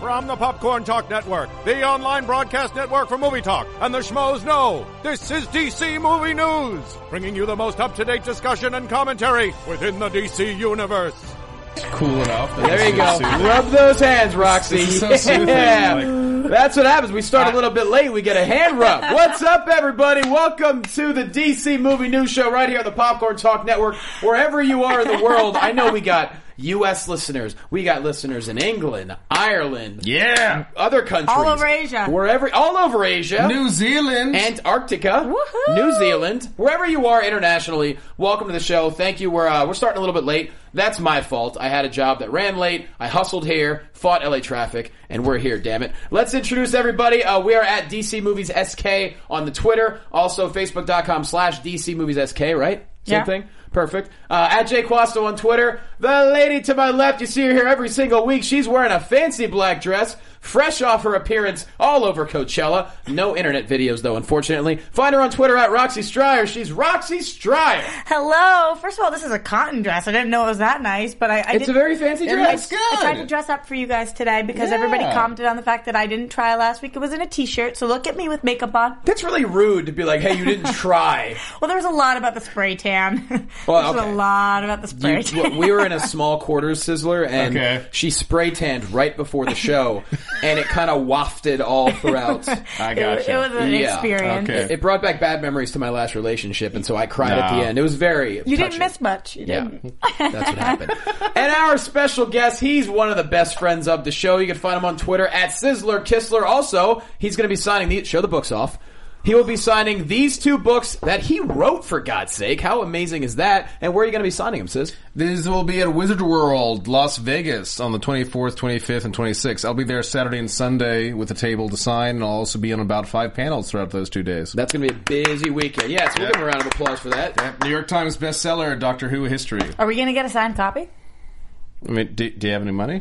From the Popcorn Talk Network, the online broadcast network for movie talk, and the schmoes know, this is DC Movie News, bringing you the most up-to-date discussion and commentary within the DC universe. cool enough. There you go. Rub those hands, Roxy. This is so soothing, like- That's what happens. We start a little bit late. We get a hand rub. What's up, everybody? Welcome to the DC Movie News Show right here on the Popcorn Talk Network. Wherever you are in the world, I know we got U.S. listeners. We got listeners in England, Ireland, Yeah. other countries, All over Asia. wherever, all over Asia, New Zealand. Antarctica, Woohoo! New Zealand, wherever you are internationally, welcome to the show. Thank you. We're uh, we're starting a little bit late. That's my fault. I had a job that ran late. I hustled here, fought LA traffic, and we're here. Damn it! Let's introduce everybody. Uh, we are at DC Movies SK on the Twitter, also Facebook.com/slash DC Movies SK. Right? Same Yeah. thing. Perfect. Uh, at Jay Quasto on Twitter. The lady to my left, you see her here every single week. She's wearing a fancy black dress, fresh off her appearance all over Coachella. No internet videos, though, unfortunately. Find her on Twitter at Roxy Stryer. She's Roxy Stryer. Hello. First of all, this is a cotton dress. I didn't know it was that nice, but I, I It's did- a very fancy I- dress. I tried to dress up for you guys today because Yeah. everybody commented on the fact that I didn't try last week. It was in a t-shirt, so look at me with makeup on. That's really rude to be like, hey, you didn't try. Well, there was a lot about the spray tan. Well, there was okay. a lot about the spray You- tan. well, we were in a small quarters sizzler, and Okay. she spray tanned right before the show, and it kind of wafted all throughout. I It, gotcha. it was an Yeah. experience. Okay. It brought back bad memories to my last relationship, and so I cried at the Nah. end. It was very. You didn't miss much. You Yeah, didn't. that's what happened. and our special guest, he's one of the best friends of the show. You can find him on Twitter at Sizzler Kistler. Also, he's going to be signing the show the books off. He will be signing these two books that he wrote for God's sake. How amazing is that? And where are you going to be signing them, Sis? This will be at Wizard World, Las Vegas, on the 24th, 25th, and 26th. I'll be there Saturday and Sunday with a table to sign, and I'll also be on about five panels throughout those two days. That's going to be a busy weekend. Yes, we'll give him a round of applause for that. Yep. New York Times bestseller, Doctor Who history. Oh. Are we going to get a signed copy? I mean, do, do you have any money?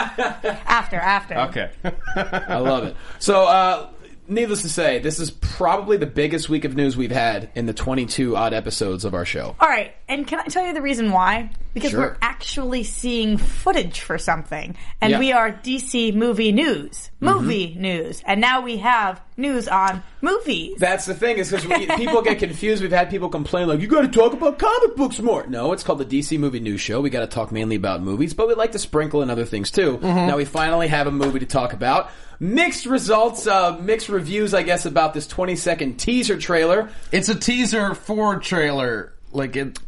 After, after. Okay. I love it. So, uh, needless to say, this is probably the biggest week of news we've had in the 22 odd episodes of our show. All right, and can I tell you the reason why? Because Sure. we're actually seeing footage for something, and Yeah. Mm-hmm. we are DC movie news, movie news, and now we have news on movies. That's the thing is because people get confused. We've had people complain like, "You got to talk about comic books more." No, it's called the DC Movie News Show. We got to talk mainly about movies, but we like to sprinkle in other things too. Now we finally have a movie to talk about. Mixed results, uh, mixed reviews, I guess, about this 20 second teaser trailer. it's a teaser for trailer. Like it.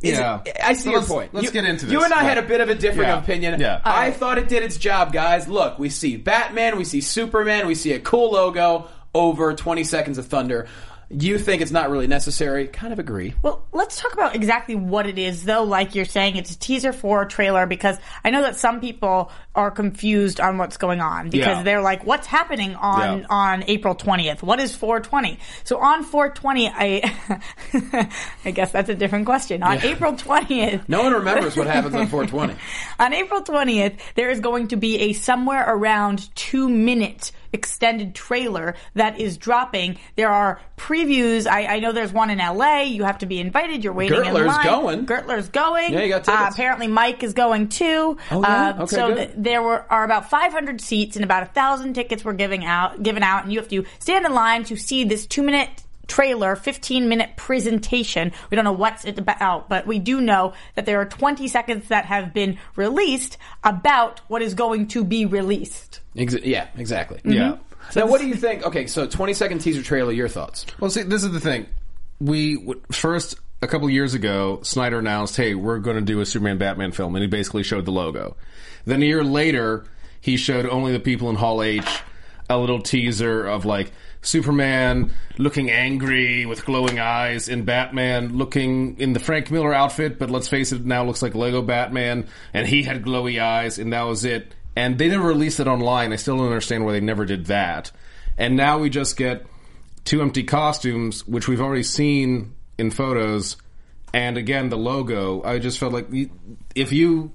yeah. I see So your let's- point. Let's You- get into this. You and I Yeah. had a bit of a different Yeah. opinion. Yeah. I thought it did its job, guys. Look, we see Batman, we see Superman, we see a cool logo over 20 seconds of thunder. You think it's not really necessary? Kind of agree. Well, let's talk about exactly what it is, though. Like you're saying, it's a teaser for a trailer because I know that some people are confused on what's going on because Yeah. they're like, "What's happening on Yeah. on April 20th? What is 420?" So on 420, I I guess that's a different question. On April 20th, No one remembers what happens on 420. On April 20th, there is going to be a somewhere around two minute extended trailer that is dropping. There are previews. I, I know there's one in LA. You have to be invited. You're waiting in Gertler's line. going. Gertler's going. Yeah, you got tickets. Uh, apparently, Mike is going too. Oh, yeah? Uh, Okay, so good. th- there were are about 500 seats and about a thousand tickets were giving out given out, and you have to stand in line to see this two minute trailer, 15 minute presentation. We don't know what's it about, but we do know that there are 20 seconds that have been released about what is going to be released. Ex- yeah, exactly. Mm-hmm. Yeah. Now, what do you think? Okay, so 20 second teaser trailer, your thoughts. Well, see, this is the thing. We w- first a couple years ago, Snyder announced, "Hey, we're going to do a Superman Batman film," and he basically showed the logo. Then a year later, he showed only the people in Hall H a little teaser of like Superman looking angry with glowing eyes, and Batman looking in the Frank Miller outfit, but let's face it, now looks like Lego Batman, and he had glowy eyes, and that was it. And they never released it online. I still don't understand why they never did that. And now we just get two empty costumes, which we've already seen in photos, and again the logo. I just felt like y- if you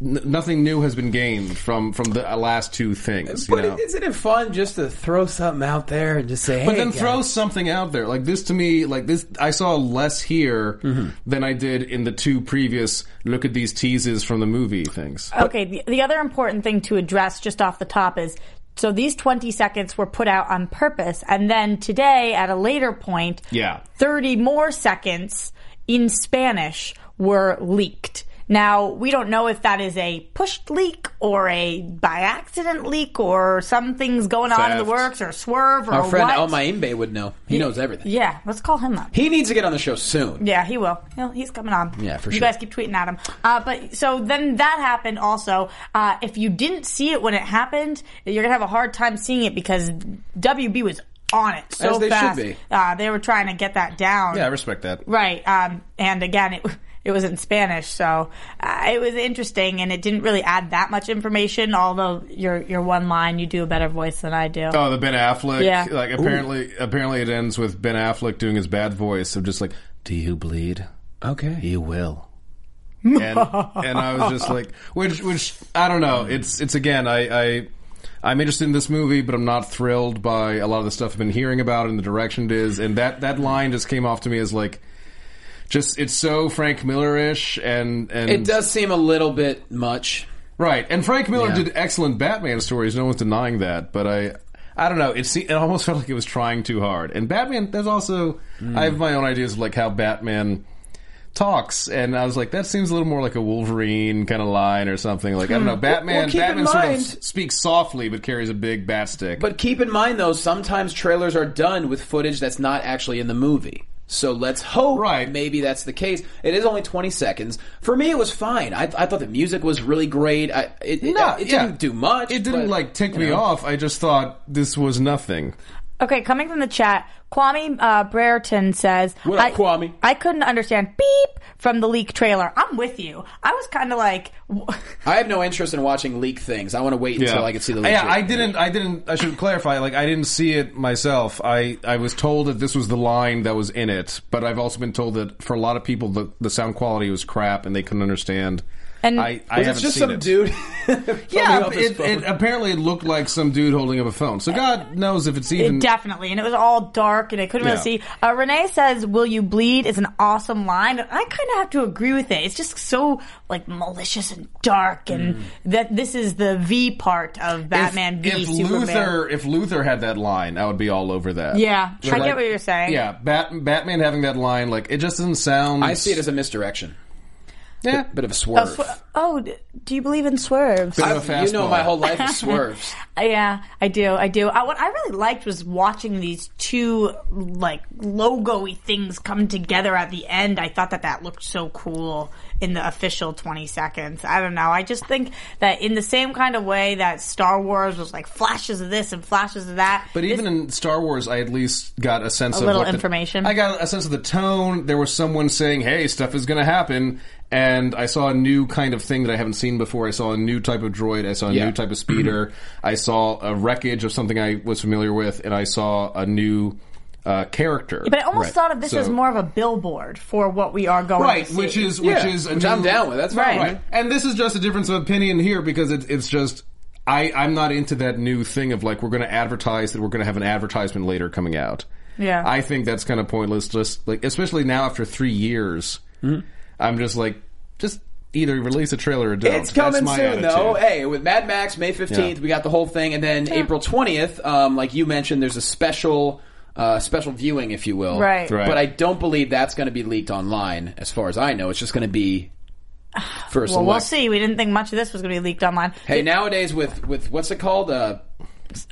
n- nothing new has been gained from from the last two things. You But know? isn't it fun just to throw something out there and just say, hey, but then guys. throw something out there like this to me like this i saw less here than i did in the two previous look at these teases from the movie things Okay, the, the other important thing to address just off the top is so these 20 seconds were put out on purpose, and then today, at a later point, yeah 30 more seconds in Spanish were leaked. Now, we don't know if that is a pushed leak or a by accident leak or something's going on in the Theft. works or swerve or Our friend what. El Maimbe would know. He knows everything. yeah, let's call him up. He needs to get on the show soon. Yeah, he will. He'll, he's coming on. Yeah, for You sure. guys keep tweeting at him. Uh, but so then that happened also. Uh, if you didn't see it when it happened, you're gonna have a hard time seeing it because WB was on it so As they should fast. be. Uh, they were trying to get that down. yeah i respect that Right. Um, and again, it it was in Spanish, so uh, it was interesting, and it didn't really add that much information. Although your your one line, you do a better voice than I do. oh the ben affleck Yeah. like apparently apparently it ends with ben affleck doing his bad voice of just like do you bleed Okay. you will and, and i was just like which which i don't know it's it's again i i I'm interested in this movie, but I'm not thrilled by a lot of the stuff I've been hearing about and the direction it is. And that, that line just came off to me as like, just it's so Frank Miller-ish, and and It does seem a little bit much. Right, and Frank Miller Yeah. did excellent Batman stories. No one's denying that, but I, I don't know. It se- it almost felt like it was trying too hard. And Batman, there's also I have my own ideas of like how Batman talks, and I was like, that seems a little more like a Wolverine kind of line or something. Like I don't know, Batman. Hmm. keep in Batman sort of mind- s- speaks softly but carries a big bat stick. But keep in mind, though, sometimes trailers are done with footage that's not actually in the movie. So let's hope Right. maybe that's the case. It is only 20 seconds. For me, it was fine. I, I thought the music was really great. I, it it- No, it yeah. didn't do much. it didn't but, like tick you me know. off. I just thought this was nothing. Okay, coming from the chat, Kwame uh, Brereton says, What up, I, Kwame? I couldn't understand beep from the leak trailer. I'm with you. I was kind of like, w- I have no interest in watching leak things. I want to wait until I can see the leak. Yeah, I didn't. I didn't. I should clarify. Like, I didn't see it myself. I I was told that this was the line that was in it, but I've also been told that for a lot of people, the the sound quality was crap and they couldn't understand. And- I, I It's haven't just seen some it. dude. Yeah, up his it, phone. it apparently it looked like some dude holding up a phone. So God knows if it's even. It definitely, and it was all dark, and I couldn't Yeah. really see. Uh, Renee says, "Will you bleed?" is an awesome line. and I kind of have to agree with it. It's just so like malicious and dark, and that this is the V part of Mm. if- Batman v if Superman. Luther, if Luther had that line, I would be all over that. Yeah, But, I get like, what you're saying. Yeah, Bat, Batman having that line, like it just doesn't sound. I see it as a misdirection. yeah, Bit of a Oh, swerve. sw- oh, d- do you believe in swerves? bit of a I've- you know, fastball. my whole life is swerves. Yeah, I do. I do. I, what I really liked was watching these two like logo-y things come together at the end. I thought that that looked so cool in the official 20 seconds. I don't know. I just think that in the same kind of way that Star Wars was like flashes of this and flashes of that. But even in Star Wars, I at least got a sense A of little what the- information. I got a sense of the tone. There was someone saying, "Hey, stuff is going to happen," and I saw a new kind of thing that I haven't seen before. I saw a new type of droid. I saw a Yeah. new type of speeder. I saw a wreckage of something I was familiar with, and I saw a new uh, character. but I almost thought of this So- as more of a billboard for what we are going right, to which see. is which Yeah, is a which I'm new- down with. That's fine. Right. and this is just a difference of opinion here because it, it's just I, I'm not into that new thing of like we're going to advertise that we're going to have an advertisement later coming out. Yeah. I think that's kind of pointless. Just like especially now after three years, Hmm. I'm just like just either release a trailer or don't. It's coming that's my soon, attitude. though. Hey, with Mad Max, May 15th, Yeah. we got the whole thing. And then April 20th, um, like you mentioned, there's a special. Uh, special viewing, if you will. Right. Right. But I don't believe that's going to be leaked online, as far as I know. It's just going to be for a Well, we'll select- see. We didn't think much of this was going to be leaked online. Hey, nowadays with with what's it called? Uh,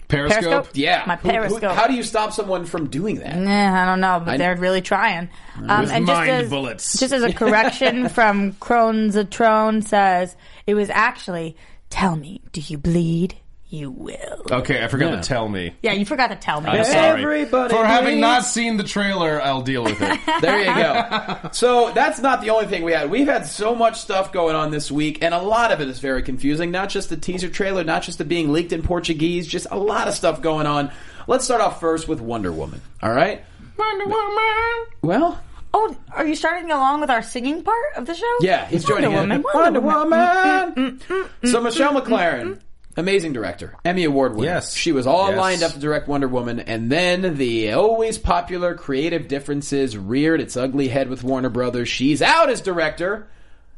Periscope? Yeah. my Who- who- periscope. How do you stop someone from doing that? Nah, Eh, I don't know, but I- they're really trying. Um, With mind bullets. Just as a correction from Cronzatrone says, it was actually, tell me, do you bleed? You will. Okay, I forgot to tell me. Yeah, you forgot to tell me. I'm sorry. Everybody For having bleeds. not seen the trailer, I'll deal with it. There you go. so that's not the only thing we had. We've had so much stuff going on this week, and a lot of it is very confusing. Not just the teaser trailer, not just the being leaked in Portuguese, just a lot of stuff going on. Let's start off first with Wonder Woman. All right. Wonder Woman. Well, Oh, are you starting along with our singing part of the show? yeah, he's Wonder joining in. Woman. Wonder Woman. Mm, Woman. So Michelle McLaren. Amazing director, Emmy Award winner. Yes. she was all Yes. lined up to direct Wonder Woman, and then the always popular creative differences reared its ugly head with Warner Brothers. She's out as director,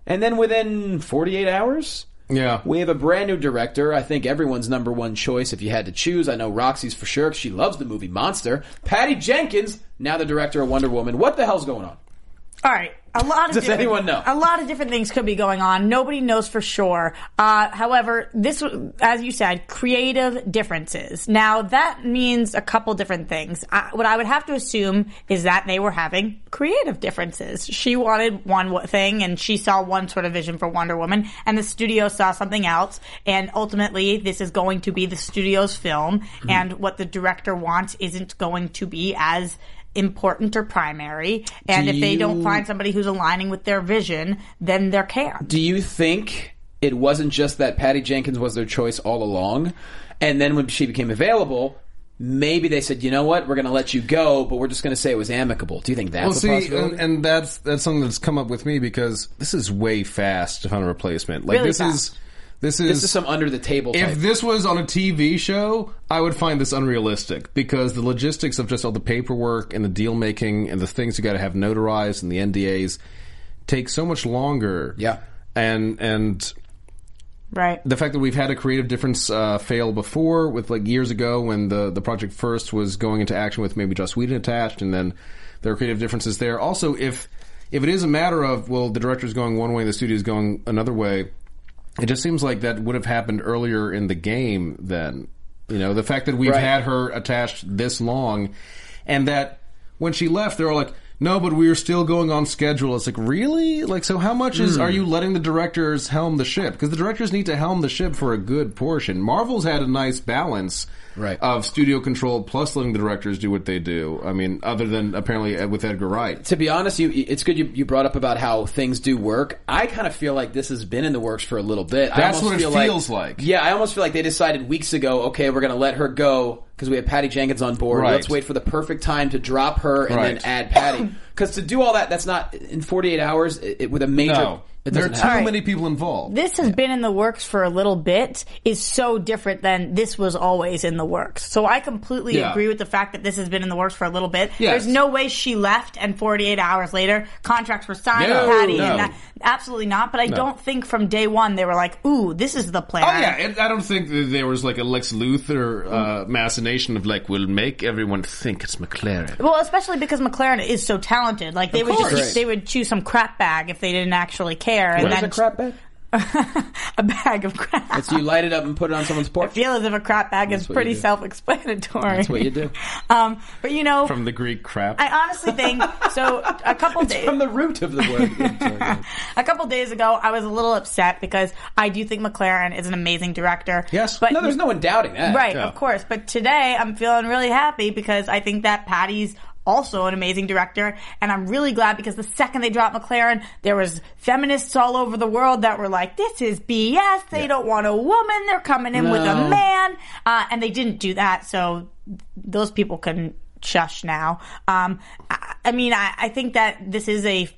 and then within 48 hours, Yeah. we have a brand new director. I think everyone's number one choice if you had to choose. I know Roxy's for sure. 'cause She loves the movie Monster. Patty Jenkins, now the director of Wonder Woman. What the hell's going on? All right. A lot of Does different- anyone know? A lot of different things could be going on. Nobody knows for sure. Uh, however, this, w- as you said, creative differences. Now that means a couple different things. I, what I would have to assume is that they were having creative differences. She wanted one w- thing, and she saw one sort of vision for Wonder Woman, and the studio saw something else. And ultimately, this is going to be the studio's film, and what the director wants isn't going to be as important or primary. And Do if they don't you- find somebody who's aligning with their vision, then they're canned. Do you think it wasn't just that Patty Jenkins was their choice all along, and then when she became available? Maybe they said, you know what, we're going to let you go, but we're just going to say it was amicable. Do you think that's Well, a see, uh, possibility? and, and that's that's something that's come up with me because this is way fast to find a replacement. Like Really this fast. is this is this is some under the table. if type. this was on a TV show, I would find this unrealistic because the logistics of just all the paperwork and the deal making and the things you got to have notarized and the NDAs take so much longer. Yeah. and and Right. the fact that we've had a creative difference uh, fail before with like years ago when the the project first was going into action with maybe Joss Whedon attached and then there are creative differences there. Also, if if it is a matter of well the director's going one way and the studio's going another way, it just seems like that would have happened earlier in the game then. You know, the fact that we've Right. had her attached this long and that when she left they were like no, but we were still going on schedule. It's like really, like so. How much is Hmm. are you letting the directors helm the ship? Because the directors need to helm the ship for a good portion. Marvel's had a nice balance Right. of studio control plus letting the directors do what they do. I mean, other than apparently uh, with Edgar Wright. to be honest, you it's good you, you brought up about how things do work. I kind of feel like this has been in the works for a little bit. I That's almost what it feel feels like. Yeah, I almost feel like they decided weeks ago. Okay, we're going to let her go because we have Patty Jenkins on board. Right. Let's wait for the perfect time to drop her and then Right. add Patty. Because to do all that, that's not in 48 hours it, it- with a major. No, it there are doesn't too happen. Alright. many people involved. This has been in the works for a little bit is so different than this was always in the works. So I completely Yeah. agree with the fact that this has been in the works for a little bit. Yes. There's no way she left and 48 hours later contracts were signed No, with Patty no. and that, absolutely not. But I don't think from day one they were like, "Ooh, this is the plan." Oh yeah, and I don't think that there was like a Lex Luthor uh, machination of like we'll make everyone think it's McLaren. Well, especially because McLaren is so talented. Like they would course. just they would choose some crap bag if they didn't actually care, and There's then a crap bag. a bag of crap. It's you light it up and put it on someone's I porch. feel as if a crap bag is That's what you pretty do. self-explanatory. That's what you do. Um, but you know, From the Greek crap. I honestly think so. A couple days, From the root of the word. a couple days ago, I was a little upset because I do think McLaren is an amazing director. Yes. but no, there's no one doubting that. Right, Yeah. of course. But today I'm feeling really happy because I think that Patty's also an amazing director and I'm really glad because the second they dropped McLaren, there was feminists all over the world that were like, this is BS. They don't want a woman. They're coming in with No. a man. Uh, and they didn't do that. So those people can shush now. Um, I, I mean, I, I think that this is a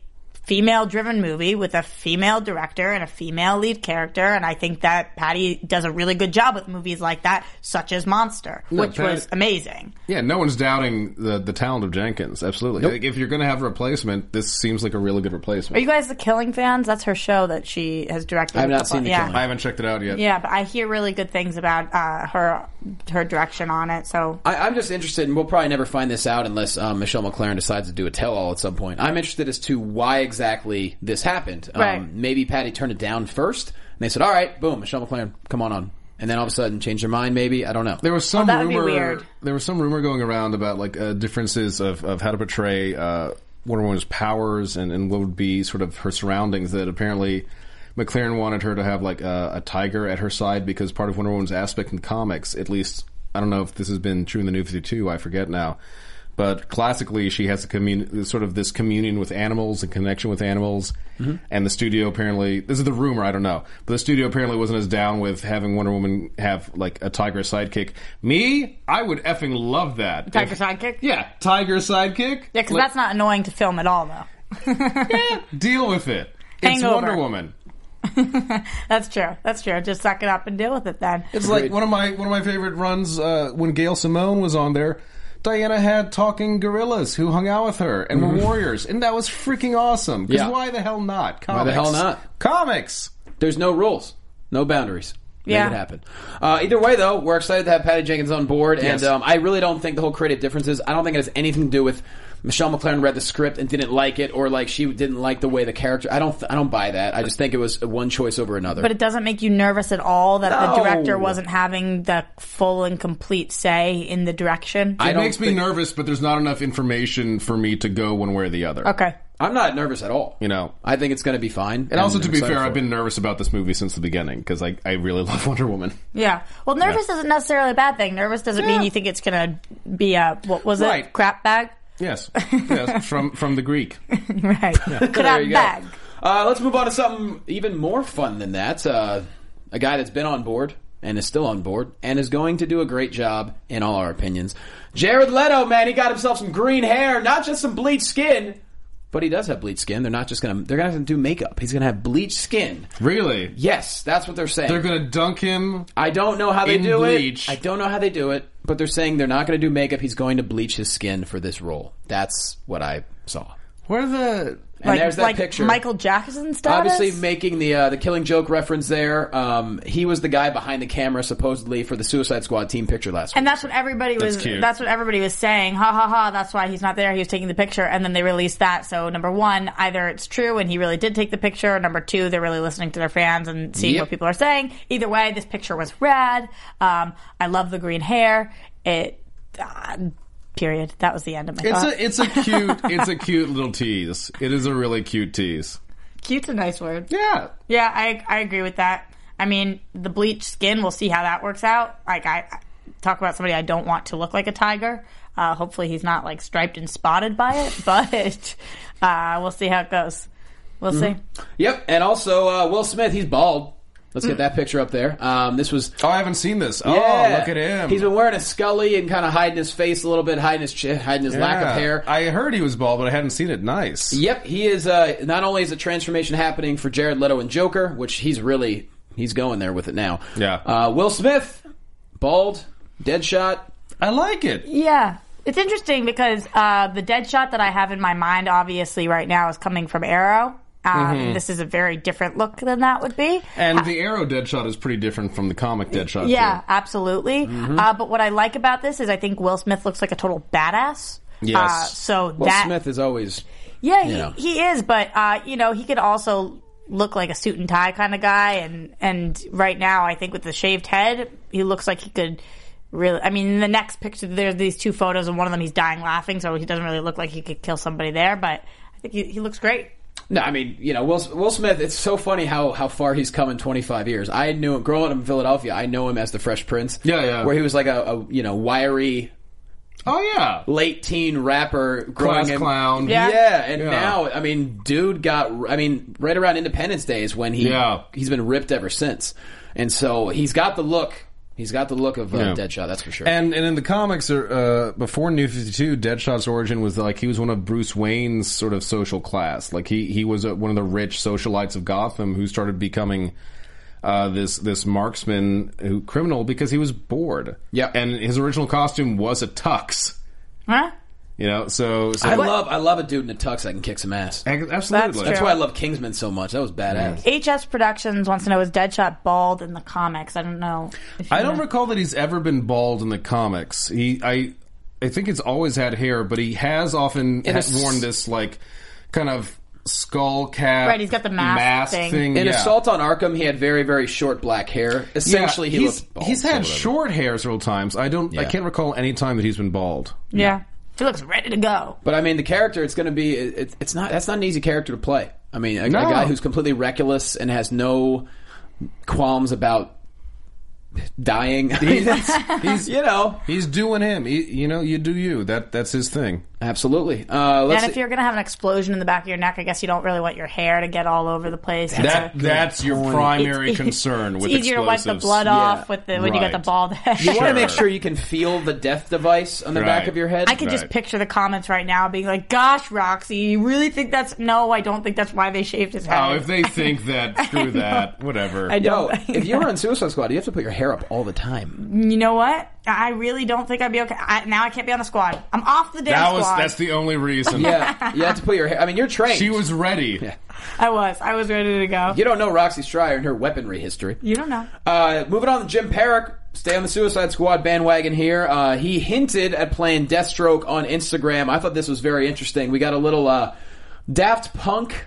female driven movie with a female director and a female lead character and I think that Patty does a really good job with movies like that such as Monster which Patty- was amazing. Yeah, no one's doubting the, the talent of Jenkins. Absolutely. Like, if you're going to have a replacement, this seems like a really good Are replacement. you guys the Killing fans? That's her show that she has directed. I've a not couple- seen The yeah. Killing. I haven't checked it out yet. Yeah, but I hear really good things about uh, her her direction on it. So I, I'm just interested, and we'll probably never find this out unless um, Michelle McLaren decides to do a tell-all at some point. I'm interested as to why exactly this happened. Um, Right. Maybe Patty turned it down first, and they said, "All right, boom, Michelle McLaren, come on on." and then all of a sudden change their mind. Maybe I don't know. There was some Oh, that would be rumor. weird. There was some rumor going around about like uh, differences of, of how to portray uh, Wonder Woman's powers and, and what would be sort of her surroundings. That apparently McLaren wanted her to have like uh, a, a tiger at her side because part of Wonder Woman's aspect in the comics, at least I don't know if this has been true in the New Fifty Two. I forget now. But classically, she has a commun- sort of this communion with animals and connection with animals. And the studio apparently, this is the rumor, I don't know, but the studio apparently wasn't as down with having Wonder Woman have like a tiger sidekick. Me, I would effing love that. Tiger If- sidekick? Yeah, tiger sidekick. Yeah, because Like, that's not annoying to film at all, though. deal with it. It's Hangover. Wonder Woman. that's true. That's true. Just suck it up and deal with it then. It's like one of my one of my favorite runs uh, when Gail Simone was on there. Diana had talking gorillas who hung out with her and were warriors, and that was freaking awesome. Because Mm-hmm. Yeah. why the hell not? Comics. Why the hell not? Comics. There's no rules, no boundaries. Make Yeah. it happen. Uh, either way, though, we're excited to have Patty Jenkins on board, Yes. and um, I really don't think the whole creative differences. I don't think it has anything to do with Michelle McLaren read the script and didn't like it, or like she didn't like the way the character. I don't. I don't buy that. I just think it was one choice over another. But it doesn't make you nervous at all that the No. director wasn't having the full and complete say in the direction. I It don't makes me think- nervous, but there's not enough information for me to go one way or the other. okay. I'm not nervous at all. You know. I think it's going to be fine. And also, I'm to be excited fair, for I've it. been nervous about this movie since the beginning because I, I really love Wonder Woman. Yeah. Well, nervous isn't necessarily a bad thing. Nervous doesn't mean you think it's going to be a, what was it? Right. Crap bag? Yes, yes, from from the Greek. Right. There Crap you go. bag. Uh, let's move on to something even more fun than that. Uh, a guy that's been on board and is still on board and is going to do a great job in all our opinions. Jared Leto, man, he got himself some green hair, not just some bleached skin, but he does have bleached skin. They're not just gonna they're gonna have to do makeup. He's gonna have bleached skin. Really, Yes, that's what they're saying. they're gonna dunk him. I don't know how they In do bleach. it. I don't know how they do it, but they're saying they're not going to do makeup. He's going to bleach his skin for this role. That's what I saw. Where the And there's that like picture. Michael Jackson status? Obviously, making the uh, the Killing Joke reference there. Um, he was the guy behind the camera supposedly for the Suicide Squad team picture last And week. that's what everybody was. That's, cute. what everybody was saying. Ha ha ha! That's why he's not there. He was taking the picture, and then they released that. So number one, either it's true and he really did take the picture. Or number two, they're really listening to their fans and seeing Yep. what people are saying. Either way, this picture was rad. Um, I love the green hair. It. Uh, period. That was the end of my. It's Uh, thought. a it's a cute it's a cute little tease. It is a really cute tease. cute's a nice word. Yeah. Yeah, I I agree with that. I mean, the bleached skin. We'll see how that works out. Like I I- talk about somebody I don't want to look like a tiger. Uh, hopefully, he's not like striped and spotted by it. But uh, we'll see how it goes. We'll see. Yep. And also uh, Will Smith, he's bald. Let's Mm. get that picture up there. Um, this was. Oh, I haven't seen this. Yeah. Oh, look at him. He's been wearing a Scully and kind of hiding his face a little bit, hiding his chin, hiding his lack of Yeah. hair. I heard he was bald, but I hadn't seen it. Nice. Yep, he is. Uh, not only is a transformation happening for Jared Leto and Joker, which he's really he's going there with it now. Yeah. Uh, Will Smith, bald, Deadshot. I like it. Yeah. It's interesting because uh, the dead shot that I have in my mind, obviously, right now is coming from Arrow. Um, Mm-hmm. This is a very different look than that would be. And the Arrow Deadshot is pretty different from the comic Deadshot. Yeah, too. absolutely. Mm-hmm. Uh, but what I like about this is I think Will Smith looks like a total badass. Yes. Uh, so Will that Smith is always. yeah, he, Yeah. he is, but uh, you know, he could also look like a suit and tie kind of guy and and right now I think with the shaved head, he looks like he could really I mean, in the next picture there's these two photos and one of them he's dying laughing, so he doesn't really look like he could kill somebody there, but I think he, he looks great. No, I mean, you know, Will, Will Smith, it's so funny how, how far he's come in 25 years. I knew him, growing up in Philadelphia, I know him as the Fresh Prince. Yeah, yeah. Where he was like a, a you know, wiry, Oh yeah. late teen rapper growing Class him- clown. Yeah. Yeah, and Yeah. now I mean, dude got I mean, right around Independence Day is when he Yeah. he's been ripped ever since, and so he's got the look. He's got the look of uh, Yeah. Deadshot, that's for sure. And and in the comics, uh, before New Fifty Two, Deadshot's origin was like he was one of Bruce Wayne's sort of social class. Like he he was uh one of the rich socialites of Gotham who started becoming uh, this this marksman who criminal because he was bored. Yeah. and his original costume was a tux. Huh? You know, so, so I love I love a dude in a tux that can kick some ass. Ag- That's absolutely. true. That's why I love Kingsman so much. That was badass. HS Productions wants to know is Deadshot bald in the comics? I don't know. if you I don't know. recall that he's ever been bald in the comics. He, I, I think it's always had hair, but he has often ha- is- worn this like kind of skull cap. Right, he's got the mask thing. In yeah. Assault on Arkham, he had very, very short black hair. Yeah, Essentially, he he's, looked bald he's or had whatever. short hair several times. I don't. I Yeah. can't recall any time that he's been bald. Yeah. He looks ready to go. But I mean, the character it's going to be it, it- it's not that's not an easy character to play. I mean, a, a No. guy who's completely reckless and has no qualms about dying. I mean, that's- He's you know, he's doing him. He, you know, you do you. That that's his thing. absolutely. Uh, let's and if you're going to have an explosion in the back of your neck, I guess you don't really want your hair to get all over the place. That It's a- that's your primary concern it's with easier to wipe the explosives. blood Yeah. off with the, when you got Right. the bald head. you want Sure. to make sure you can feel the death device on the back Right. of your head. I could just Right. picture the comments right now being like, "Gosh, Roxy, you really think that's no? I don't think that's why they shaved his head." Oh, if they think that, screw that, whatever. I Yo, don't. if you were on Suicide Squad, you have to put your hair up all the time. you know what? I really don't think I'd be okay. I, now I can't be on the squad. I'm off the damn that was squad. that's the only reason. Yeah, you have to put your hair. I mean, you're trained. she was ready. I was. I was ready to go. You don't know Roxy Stryer and her weaponry history. You don't know. Uh, moving on to Jim Perrick. Stay on the Suicide Squad bandwagon here. Uh, he hinted at playing Deathstroke on Instagram. I thought this was very interesting. We got a little uh, Daft Punk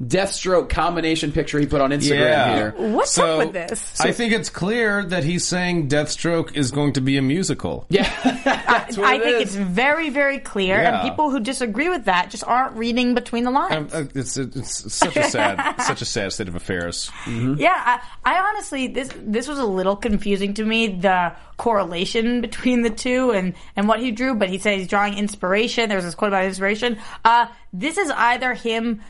Deathstroke combination picture he put on Instagram Yeah. here. What's So, up with this? I think it's clear that he's saying Deathstroke is going to be a musical. what I it think is. it's very, very clear, Yeah. and people who disagree with that just aren't reading between the lines. Um, uh, it's, it's such a sad, such a sad state of affairs. Yeah, I, I honestly this this was a little confusing to me the correlation between the two and and what he drew. But he said he's drawing inspiration. There was this quote about inspiration. Uh, this is either him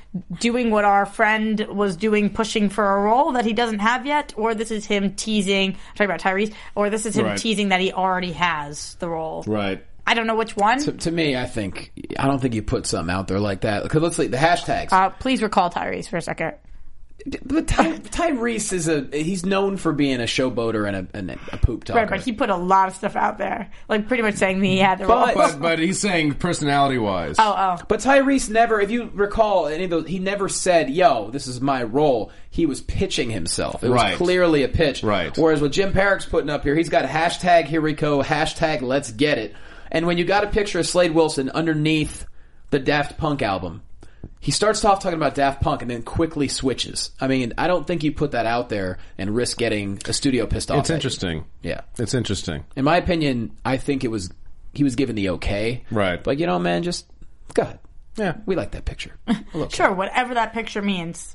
doing what our friend was doing, pushing for a role that he doesn't have yet, or this is him teasing. I'm talking about Tyrese, or this is him Right. teasing that he already has the role. Right. I don't know which one. To, to me, I think I don't think you put something out there like that. 'Cause let's see the hashtags. Uh, please recall Tyrese for a second. but Ty, Tyrese is a he's known for being a showboater and a, and a poop talker. Right, but he put a lot of stuff out there, like pretty much saying he had the But- role. But but he's saying personality wise. oh, But Tyrese never, if you recall any of those, he never said, "Yo, this is my role." He was pitching himself. It was Right. clearly a pitch. Right. Whereas what Jim Perrick's putting up here, he's got hashtag here we go, hashtag let's get it. And when you got a picture of Slade Wilson underneath the Daft Punk album, he starts off talking about Daft Punk and then quickly switches. I mean, I don't think you put that out there and risk getting a studio pissed off. it's at you. interesting. Yeah. It's interesting. In my opinion, I think it was he was given the okay. Right. But you know, man, just go ahead. Yeah. We like that picture. sure, whatever that picture means.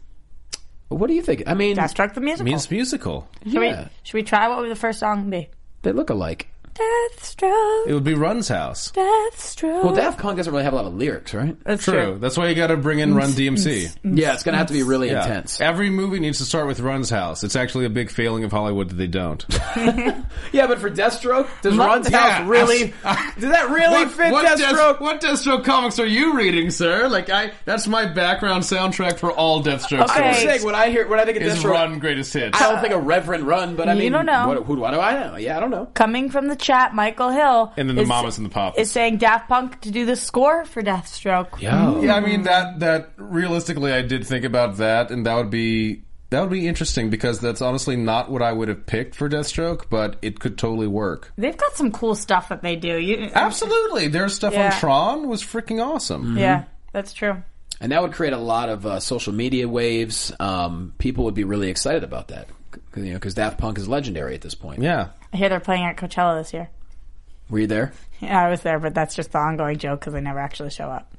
What do you think? I mean, Deathstroke the musical. Means musical. should, yeah. we, should we try what would the first song be? they look alike. Deathstroke, It would be Run's house. Deathstroke. Well, Uh, Daft Punk doesn't really have a lot of lyrics, right? That's True. That's why you got to bring in Run DMC. Yeah, it's going to have to be really Yeah. intense. Every movie needs to start with Run's house. It's actually a big failing of Hollywood that they don't. Yeah, but for Deathstroke, does Look- Ron's Yeah. house really? Does that really fit Death- Deathstroke? what Deathstroke comics are you reading, sir? Like I, that's my background soundtrack for all Deathstroke Okay. I'm Hey. saying when I hear when I think of Is Deathstroke, Run greatest hits? I don't think of Reverend Run, but I You mean, don't know. What, who, what do I know? Yeah, I don't know. Coming from the chat, Michael Hill. And then the is- Mamas and the Papas. Is saying Daft Punk to do the score for Deathstroke. Yeah, I mean that that realistically, I did think about that, and that would be that would be interesting because that's honestly not what I would have picked for Deathstroke, but it could totally work. They've got some cool stuff that they do. You, Ah. Absolutely, their stuff Yeah. Mm. on Tron was freaking awesome. Yeah, that's true. And that would create a lot of uh, social media waves. Um, people would be really excited about that, 'Cause, you know, because Daft Punk is legendary at this point. Yeah, I hear they're playing at Coachella this year. Were you there Yeah, I was there, but that's just the ongoing joke because they never actually show up.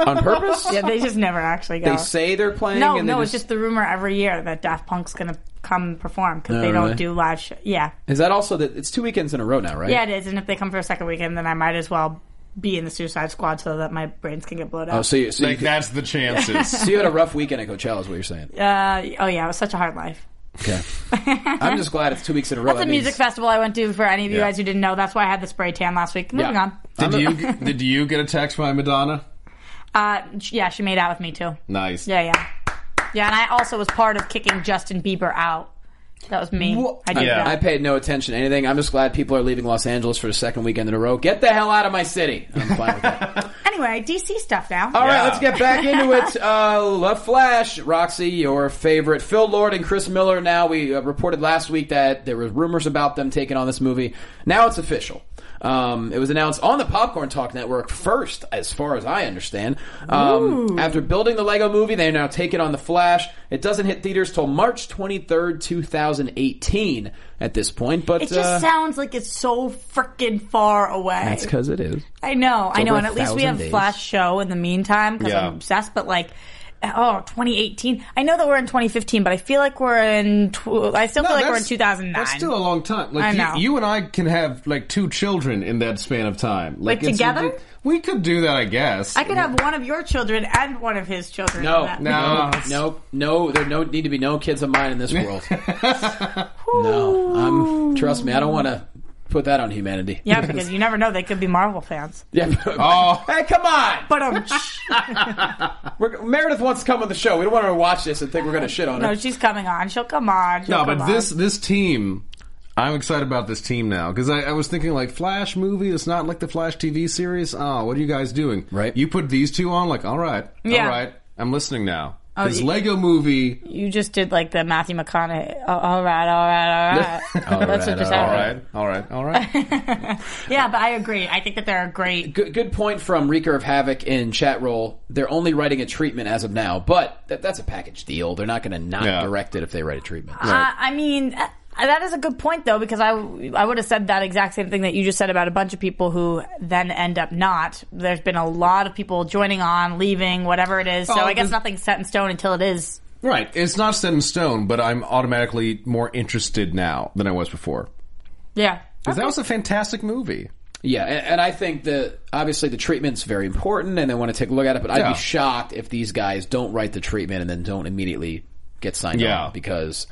on purpose? Yeah, they just never actually go. They say they're playing. No, and they no, it's just the rumor every year that Daft Punk's gonna come perform because Oh, they don't really? do live. Sh- yeah, Is that also that? It's two weekends in a row now, right? yeah, it is. And if they come for a second weekend, then I might as well be in the Suicide Squad so that my brains can get blown out. Oh, so you, so, you, like that's the chances. so you had a rough weekend at Coachella, is what you're saying? uh, oh yeah, it was such a hard life. Okay. I'm just glad it's two weeks in a row. That's That a music means- festival I went to. For any of you Yeah. guys who didn't know, that's why I had the spray tan last week. Moving Yeah. on. did you did you get a text by Madonna? Uh, sh- yeah, she made out with me too. Nice. Yeah, yeah, yeah. And I also was part of kicking Justin Bieber out. That was me. I did Yeah. that. I paid no attention to anything. I'm just glad people are leaving Los Angeles for the second weekend in a row. Get the hell out of my city. I'm fine with that. anyway, DC stuff now. All right, Yeah. let's get back into it. Uh, the Flash, Roxy, your favorite. Phil Lord and Chris Miller. Now we uh, reported last week that there were rumors about them taking on this movie. Now it's official. Um, it was announced on the Popcorn Talk Network first, as far as I understand. Um, after building the Lego movie, they now take it on The Flash. It doesn't hit theaters till March 23rd, 2018 at this point, but. It just uh, sounds like it's so freaking far away. that's because it is. I know, I know, over and at least we 1,000 have days. Flash show in the meantime because Yeah. I'm obsessed. But like, oh, 2018. I know that we're in 2015, but I feel like we're in. Tw- I still feel like we're in 2009. That's still a long time. Like I you- know. You, and I can have like two children in that span of time. Like, it's- together? We could do that, I guess. I could have one of your children and one of his children. No, in that. No. No, no, there no need to be no kids of mine in this world. no, I'm. Trust me, I don't want to put that on humanity. Yeah, because you never know; they could be Marvel fans. Yeah. Oh. Hey, come on! But um, We're, Meredith wants to come on the show. We don't want her to watch this and think we're going to shit on her. no, she's coming on. She'll come on. She'll No, come but on. this this team, I'm excited about this team now because I, I was thinking like Flash movie. It's not like the Flash TV series. Oh, what are you guys doing? Right. You put these two on. Like, all right, Yeah. Oh, all right. I'm listening now. This you- Lego movie. you just did like the Matthew McConaughey. Oh, all right, all right, all right. That's what just all happened. right, all right, all right. Yeah, but I agree. I think that they're a great Good, good point from Reeker of Havoc in chat roll. They're only writing a treatment as of now, but that, that's a package deal. They're not going to not Yeah. direct it if they write a treatment. Uh, I mean, uh, that is a good point though, because I I would have said that exact same thing that you just said about a bunch of people who then end up not. There's been a lot of people joining on, leaving, whatever it is. So Oh, I guess the- nothing's set in stone until it is. right. It's not set in stone, but I'm automatically more interested now than I was before. Yeah. 'Cause that was a fantastic movie. Yeah, and, and I think that obviously the treatment's very important, and they want to take a look at it. But I'd Yeah. be shocked if these guys don't write the treatment and then don't immediately get signed Yeah. on because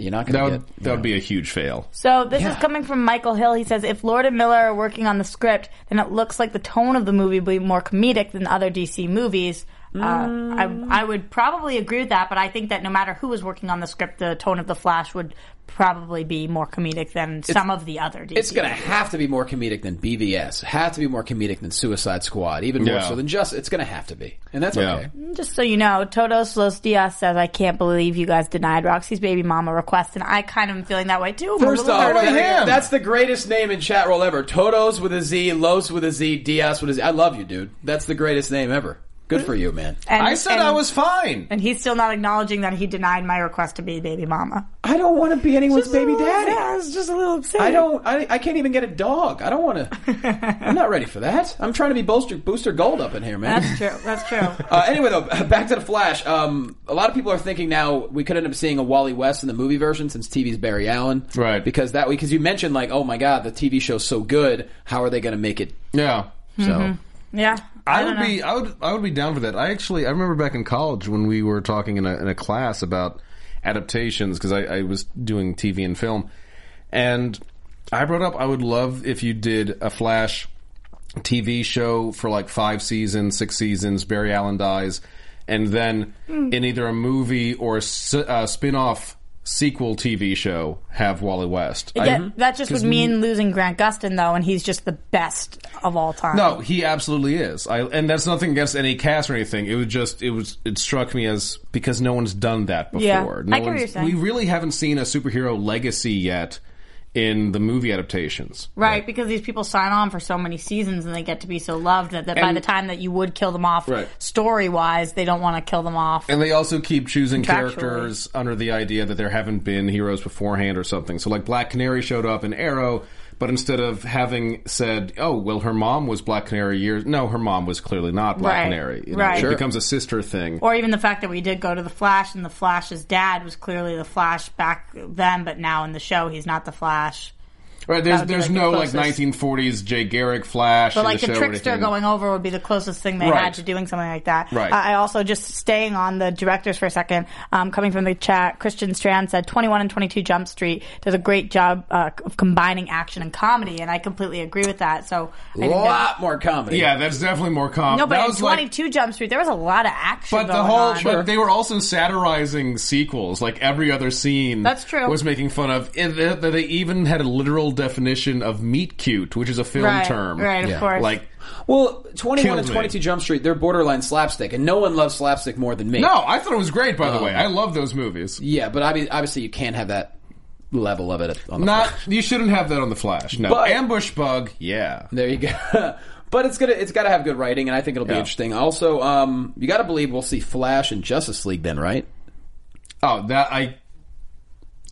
you're not That going to would get. that would be a huge fail. So this is Yeah. coming from Michael Hill. He says, if Lord and Miller are working on the script, then it looks like the tone of the movie will be more comedic than other DC movies. Uh, I, I would probably agree with that, but I think that no matter who was working on the script, the tone of the Flash would probably be more comedic than some of the other DC. It's going to have to be more comedic than BVS. Have to be more comedic than Suicide Squad. Even more Yeah. so than just. It's going to have to be, and that's Yeah. okay. Just so you know, Todos Los Diaz says, I can't believe you guys denied Roxy's baby mama request, and I kind of am feeling that way too. I'm a First little off, hurt. that- that's the greatest name in chat roll ever. Todos with a Z, Los with a Z, Diaz with a Z. I love you, dude. That's the greatest name ever. Good for you, man. And- I said and- I was fine. And he's still not acknowledging that he denied my request to be baby mama. I don't want to be anyone's baby daddy. Yeah, I was just a little upset. I don't. I, I can't even get a dog. I don't want to. I'm not ready for that. I'm trying to be booster booster gold up in here, man. That's true. That's true. Uh, anyway, though, back to the Flash. Um, a lot of people are thinking now we could end up seeing a Wally West in the movie version since TV's Barry Allen, Right. Because that because you mentioned like, oh my god, the TV show's so good. How are they going to make it? Yeah. So yeah. I, don't would know. be I would I would be down for that. I actually I remember back in college when we were talking in a in a class about adaptations because I, I was doing TV and film, and I brought up I would love if you did a Flash TV show for like five seasons, six seasons. Barry Allen dies, and then Hmm. in either a movie or a s- uh, spin off sequel TV show have Wally West. I- Yeah, that just would mean losing Grant Gustin, though, and he's just the best of all time. No, he absolutely is. I and that's nothing against any cast or anything. It was just it was it struck me as because no one's done that before. Yeah, No I get what one's- you're saying. We really haven't seen a superhero legacy yet in the movie adaptations. Right, because these people sign on for so many seasons and they get to be so loved that, that by And- the time that you would kill them off Right. story wise, they don't want to kill them off. And they also keep choosing Contractually. characters under the idea that there haven't been heroes beforehand or something. So like Black Canary showed up in Arrow, but instead of having said, "Oh, well, her mom was Black Canary years," no, her mom was clearly not Black Right. Canary. You know, Right. It Sure. becomes a sister thing. or even the fact that we did go to the Flash and the Flash's dad was clearly the Flash back then, but now in the show he's not the Flash. Right, there's would be, there's like, the no closest. like 1940s Jay Garrick Flash. But in like the, the, show or trickster anything. going over would be the closest thing they had Right. to doing something like that. Right. Uh, I also just staying on the directors for a second. Um, coming from the chat, Christian Strand said 21 and 22 Jump Street does a great job uh, of combining action and comedy, and I completely agree with that. So I a think that- lot more comedy. Yeah, that's definitely more common. No, that but in was like- 22 Jump Street, there was a lot of action. but the going whole on. but they were also satirizing sequels. Like every other scene, That's true. was making fun of. And they, they even had a literal definition of meet cute, which is a film Right, term. right, of course. Like Well, 21 Killed and me. 22 Jump Street, they're borderline slapstick, and no one loves slapstick more than me. Um, no, I thought it was great. By the way, I love those movies. Yeah, but obvi- obviously you can't have that level of it. On the Not you shouldn't have that on the Flash. No But- ambush bug. Yeah, There you go. but it's gonna it's gotta have good writing, and I think it'll be Yeah. interesting. Also, um, you gotta believe we'll see Flash and Justice League then, right? Oh, that I.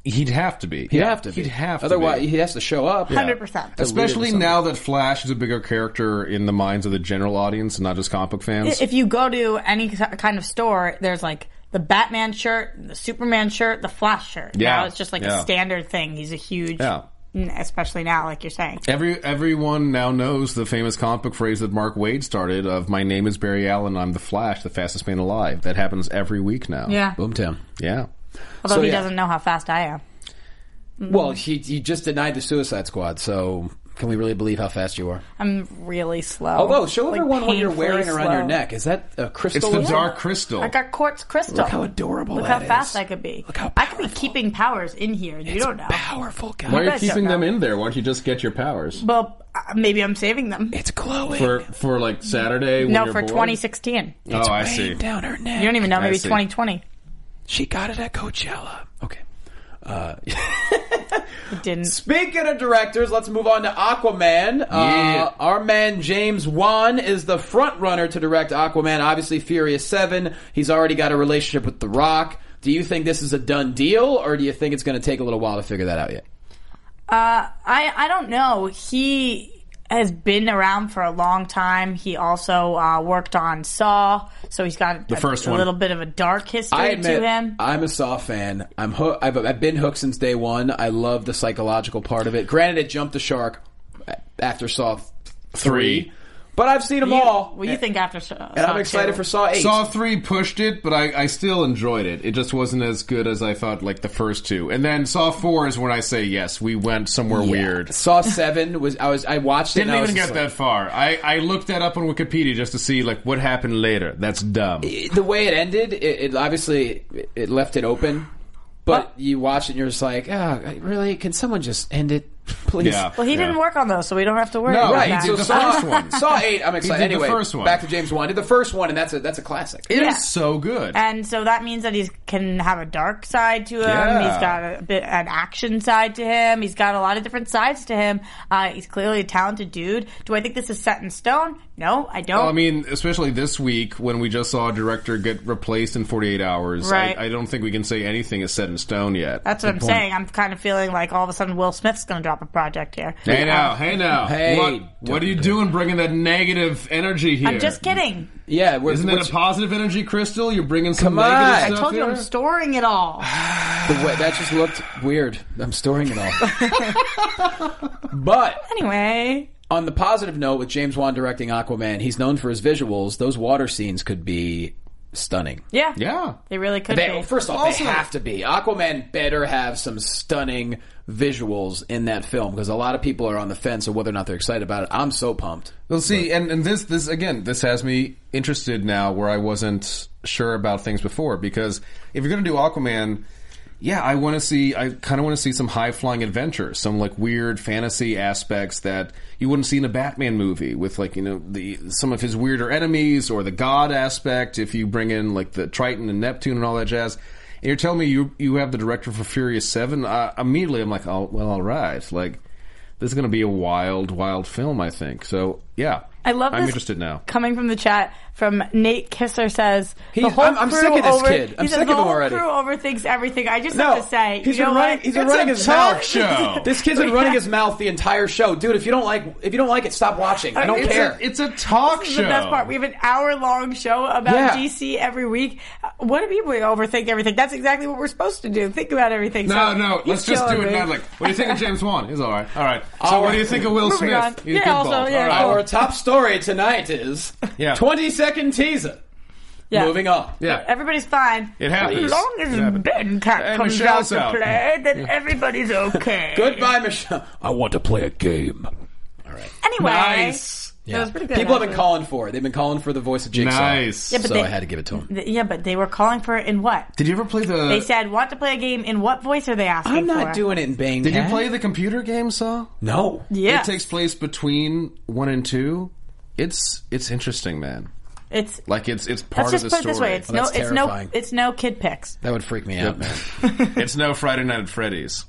He'd have to be. He'd have to. Be. He'd have to. Otherwise, be. he has to show up. Hundred percent. Especially now that Flash is a bigger character in the minds of the general audience and not just comic book fans. If you go to any kind of store, there's like the Batman shirt, the Superman shirt, the Flash shirt. Yeah. Now it's just like Yeah. a standard thing. He's a huge, Yeah. n- especially now, like you're saying. Every everyone now knows the famous comic book phrase that Mark Wade started of "My name is Barry Allen. I'm the Flash, the fastest man alive." That happens every week now. Yeah. Boomtown. yeah. Although So, he yeah. doesn't know how fast I am. Mm-hmm. Well, he, he just denied the Suicide Squad, so can we really believe how fast you are? I'm really slow. Although, show Oh, Like, everyone what you're painfully wearing around your slow. neck. Is that a crystal? It's the Yeah. Dark Crystal. I got quartz crystal. Look how adorable Look that how is. fast I could be. Look how I could be powerful. keeping powers in here. You It's don't know. powerful, guys. Why are you guys don't keeping know. them in there? Why don't you just get your powers Well, uh, maybe I'm saving them. It's glowing. for for like Saturday? When no, you're for bored? 2016. You Oh, I Rain see. down her neck. don't even know. I Maybe see. 2020. She got it at Coachella. Okay. It didn't. Speaking of directors, let's move on to Aquaman. Yeah. Uh, our man James Wan is the front runner to direct Aquaman. Obviously, Furious Seven. He's already got a relationship with The Rock. Do you think this is a done deal, or do you think it's going to take a little while to figure that out yet? Uh, I I don't know. He has been around for a long time. He also uh, worked on Saw, so he's got the a, first a one. little bit of a dark history I admit, to him. I'm a Saw fan. I'm hoo- I've, I've been hooked since day one. I love the psychological part of it. Granted, it jumped the shark after Saw three, Three. but I've seen them all. Well, you think after Saw? and I'm excited for Saw eight. Saw three pushed it, but I, I still enjoyed it. It just wasn't as good as I thought, like the first two. And then Saw four is when I say yes, we went somewhere weird. Saw seven was I was I watched it. Didn't and I even was get just like- that far. I, I looked that up on Wikipedia just to see like what happened later. That's dumb. the way it ended, it, it obviously it left it open. But you watch it and you're just like, ah, really? Can someone just end it, please? Yeah. Well, he Yeah. didn't work on those, so we don't have to worry. No, about right, Right. That. he So did the Saw, first one. Saw eight. I'm excited. did the anyway, first one. back to James Wan. Did the first one, and that's a that's a classic. It is yeah. so good. And so that means that he can have a dark side to him. Yeah. He's got a bit an action side to him. He's got a lot of different sides to him. Uh, he's clearly a talented dude. Do I think this is set in stone? No, I don't. Well, I mean, especially this week when we just saw a director get replaced in 48 hours. Right. I, I don't think we can say anything is set in stone yet. That's what I'm saying. I'm kind of feeling like all of a sudden Will Smith's going to drop a project here. Hey now, hey now. Hey, what, what are you doing bringing that negative energy here? I'm just kidding. Yeah, we're, Isn't that which- a positive energy crystal? You're bringing some Come on. negative I I stuff told you here? I'm storing it all. the way, that just looked weird. I'm storing it all. but Anyway, on the positive note, with James Wan directing Aquaman, he's known for his visuals. Those water scenes could be stunning. yeah, Yeah. they really could They, be. well, first off, they have to be. Aquaman better have some stunning visuals in that film because a lot of people are on the fence of whether or not they're excited about it. I'm so pumped. Well, see, and, and this this again, this has me interested now where I wasn't sure about things before because if you're going to do Aquaman, yeah, I want to see. I kind of want to see some high flying adventure, some like weird fantasy aspects that you wouldn't see in a Batman movie with like you know the some of his weirder enemies or the god aspect. If you bring in like the Triton and Neptune and all that jazz. And you're telling me you you have the director for Furious Seven. Uh, immediately, I'm like, oh well, all right. Like, this is going to be a wild, wild film. I think so. Yeah, I love. I'm this interested now. Coming from the chat, from Nate Kisser says the He's- whole I'm- I'm crew sick of this over, kid. I'm he says sick the of him whole already." crew overthinks everything. I just have to say, he's you know been running. what? He's been It's running a his talk mouth. Oh. show. this kid's been running his mouth the entire show, dude. If you don't like, if you don't like it, stop watching. I don't it's care. A, it's a talk This is show. the best part. We have an hour long show about Yeah. DC every week. Uh, What do people overthink everything? That's exactly what we're supposed to do. Think about everything. no, So, no. he's Let's just do killing it me. now. Like, what do you think of James Wan? He's all right. All right. So, All what do right. you think of Will Moving on. Smith? He's Yeah, also, goofball. yeah, all Our right. top story tonight is Yeah. 20 second teaser. Yeah. Moving on. yeah. Everybody's fine. It happens. As long It as happens. Ben Cat Hey, comes Michelle's out out. to play, then everybody's okay. Goodbye, Michelle. I want to play a game. Anyway, Nice. that was pretty good. People have been actually. calling for it. They've been calling for the voice of Jigsaw. Nice. Yeah, but so they- I had to give it to him. Th- Yeah, but they were calling for it in what? Did you ever play the? They said, "Want to play a game? In what voice are they asking?" I'm not for? doing it in Bang. Did you Cat. play the computer game, Saw? No. Yeah, It takes place between one and two. It's it's interesting, man. it's. Like it's it's part Let's just of put the story. it this way: it's Well, no, that's it's no, terrifying. it's no kid picks. That would freak me out, man. it's no Friday Night at Freddy's.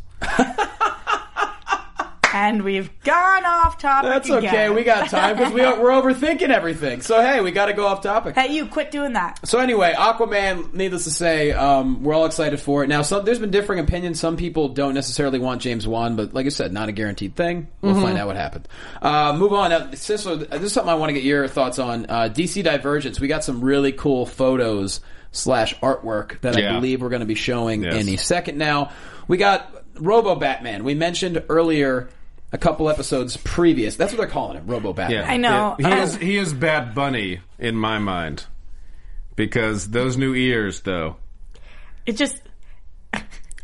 and we've gone off topic. That's okay. again. We got time because we are, we're overthinking everything. So hey, we got to go off topic. Hey, you quit doing that. So anyway, Aquaman. Needless to say, um, we're all excited for it. Now, some, there's been differing opinions. Some people don't necessarily want James Wan, but like I said, not a guaranteed thing. We'll find out what happened. Uh, move on. Now, Sisler, this is something I want to get your thoughts on. Uh, DC Divergence. We got some really cool photos slash artwork that I Yeah. believe we're going to be showing Yes. any second. Now, we got Robo Batman. We mentioned earlier. A couple episodes previous. That's what they're calling him, Robo Batman. Yeah. I know. He is he is Bad Bunny in my mind. Because those new ears though. It just.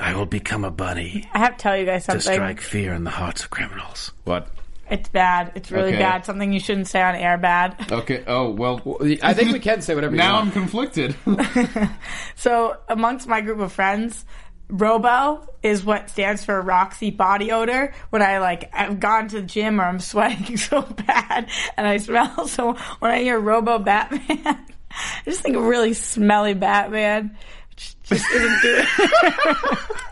I will become a bunny I have to tell you guys something. fear in the hearts of criminals. What? It's bad. It's really Okay. bad. Something you shouldn't say on air. Bad. Okay. Oh, well I think we can say whatever you now want. I'm conflicted. So amongst my group of friends, Robo is what stands for Roxy body odor. When I like, I've gone to the gym or I'm sweating so bad and I smell. So when I hear Robo Batman, I just think of really smelly Batman. Which Just isn't good.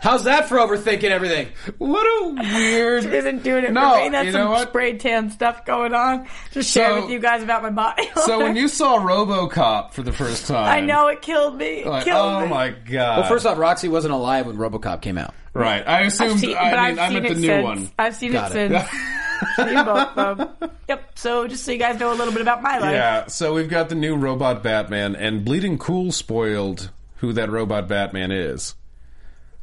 How's that for overthinking everything? what a weird isn't doing it No, for me. That's you know some what? spray tan stuff going on. Just share So- with you guys about my body. So odor. when you saw RoboCop for the first time, I know it killed me. It Like, killed oh me. my god! Well, first off, Roxy wasn't alive when RoboCop came out. right? I assumed. I've seen, I but mean, I've I seen meant it the new since. one. I've seen Got it, it. since. seen both of them. Yep. So just so you guys know a little bit about my life. Yeah. So we've got the new robot Batman, and Bleeding Cool spoiled who that robot Batman is,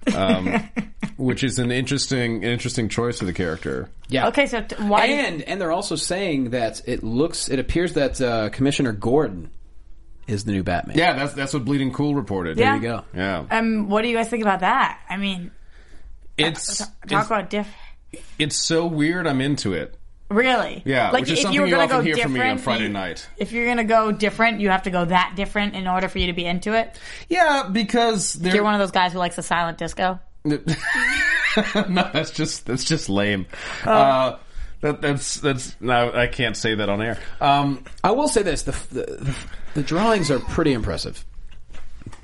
um, which is an interesting, an interesting choice for the character. Yeah. Okay, so t- why? And and they're also saying that it looks, it appears that uh, Commissioner Gordon is the new Batman. Yeah, that's that's what Bleeding Cool reported. Yeah. There you go. Yeah. um, what do you guys think about that? I mean, it's talk it's, about diff. it's so weird. I'm into it. Really? Yeah, Like which is if something you were you gonna often go hear different, from me on Friday you- night. If you're gonna go different, you have to go that different in order for you to be into it. Yeah, because they're You're one of those guys who likes the silent disco. no, that's just that's just lame. Oh. Uh, that, that's that's no, I can't say that on air. Um, I will say this: the, the the drawings are pretty impressive,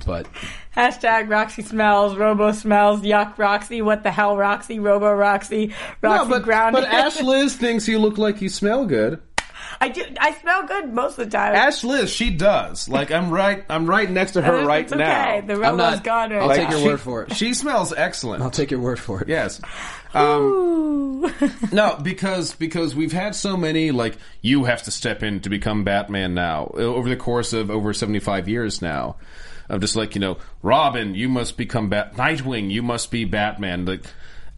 but Hashtag Roxy smells, Robo smells, yuck Roxy, what the hell Roxy, Robo Roxy, Roxy but ground. but Ash Liz thinks you look like you smell good. I do. I smell good most of the time. Ash Liz, she does. Like I'm right, I'm right next to her It's- right it's now. okay. The I'm Robo's not. gone Oh right I'll now. take your She- word for it. She smells excellent. I'll take your word for it. yes. Um, Ooh. no, because because we've had so many like you have to step in to become Batman now o- over the course of over seventy five years now of just like you know Robin, you must become Bat Nightwing, you must be Batman. Like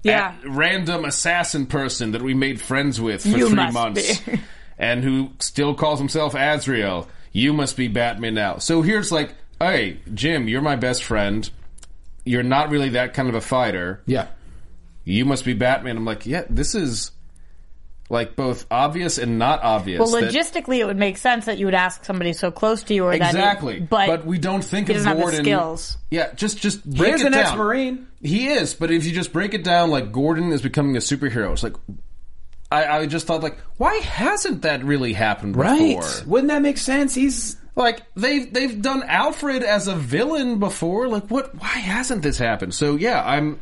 Yeah. a- random assassin person that we made friends with for You three must months, be. and who still calls himself Azrael. You must be Batman now. So here's like, hey Jim, you're my best friend. You're not really that kind of a fighter Yeah. you must be Batman. I'm like, yeah, this is like both obvious and not obvious. Well, that- logistically, it would make sense that you would ask somebody so close to you, or exactly. That but, we don't think he of doesn't have the Gordon. skills. Yeah, just just break is it an down. ex-Marine. He is, but if you just break it down, like Gordon is becoming a superhero. It's like. I, I just thought, like, why hasn't that really happened before? Wouldn't that make sense? He's Like they've they've done Alfred as a villain before. Like what? Why hasn't this happened? So yeah, I'm,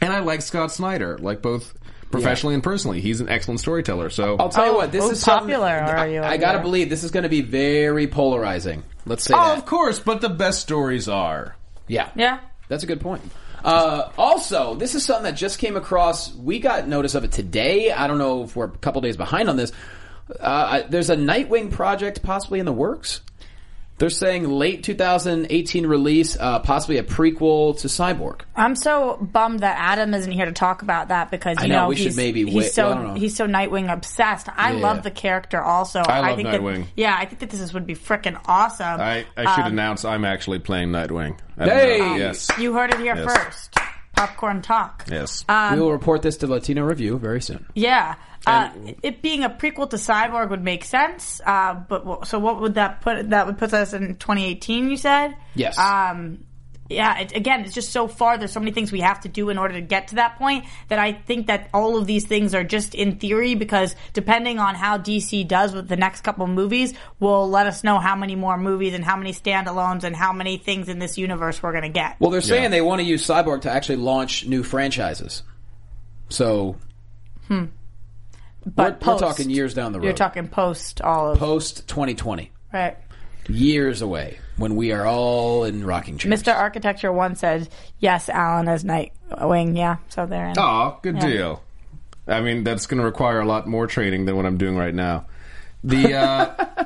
and I like Scott Snyder, like both professionally and personally. He's an excellent storyteller. So I'll tell you what. This oh, is something- popular, are you I, I over gotta there? believe this is going to be very polarizing. Let's say Oh, that. of course, but the best stories are. Yeah. Yeah. That's a good point. Uh, also, this is something that just came across. We got notice of it today. I don't know if we're a couple days behind on this. Uh, I- there's a Nightwing project possibly in the works. They're saying late 2018 release, uh, possibly a prequel to Cyborg. I'm so bummed that Adam isn't here to talk about that because you I know, we should he's, maybe he's wait- so well, I don't know. he's so Nightwing obsessed. I Yeah. love the character also. I love think Nightwing. That, yeah, I think that this would be freaking awesome. I, I should announce I'm actually playing Nightwing. I don't Hey! know. yes, You heard it here Yes. first. Popcorn talk. yes. Um, we will report this to Latino Review very soon. Yeah. Uh, it being a prequel to Cyborg would make sense, uh, but w- so what would that put? That would put us in 2018. You said Yes. Um, yeah, it, again, it's just so far. There's so many things we have to do in order to get to that point that I think that all of these things are just in theory because depending on how DC does with the next couple movies will let us know how many more movies and how many standalones and how many things in this universe we're going to get. Well, they're saying they want to use Cyborg to actually launch new franchises. So Hmm. but we're, we're post, talking years down the road. You're talking post all of right. post 2020, years away when we are all in rocking chairs. Mr. Architecture One said, "Yes, Alan as Nightwing." Yeah, so they're in. Aw, oh, good deal. I mean, that's going to require a lot more training than what I'm doing right now. The uh,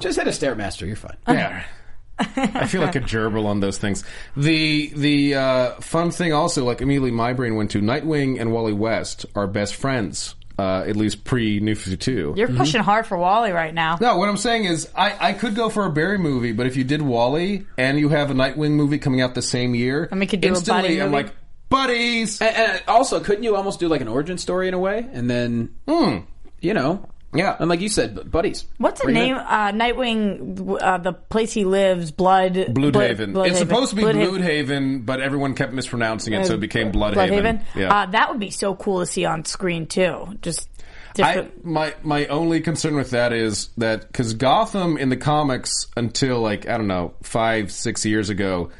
Just hit a stairmaster. You're fine. yeah, I feel like a gerbil on those things. The the uh, fun thing also, like immediately my brain went to Nightwing and Wally West are best friends, uh, at least pre New Fifty Two. You're pushing hard for Wally right now. Mm-hmm. No, what I'm saying is, I, I could go for a Barry movie, but if you did Wally and you have a Nightwing movie coming out the same year, And we could do a instantly buddy I'm movie. Uh, like buddies. And, and uh, also, couldn't you almost do like an origin story in a way, and then you know, Hmm. Yeah. and like you said, bu- buddies. What's the Bring it name? Uh, Nightwing, uh, the place he lives, Blood. Bloodhaven. Blood- it's supposed to be Bloodhaven. Bloodhaven, but everyone kept mispronouncing it, so it became Bloodhaven. Bloodhaven. Yeah. Uh, that would be so cool to see on screen too. Just I, different. my my only concern with that is that because Gotham in the comics until like I don't know five six years ago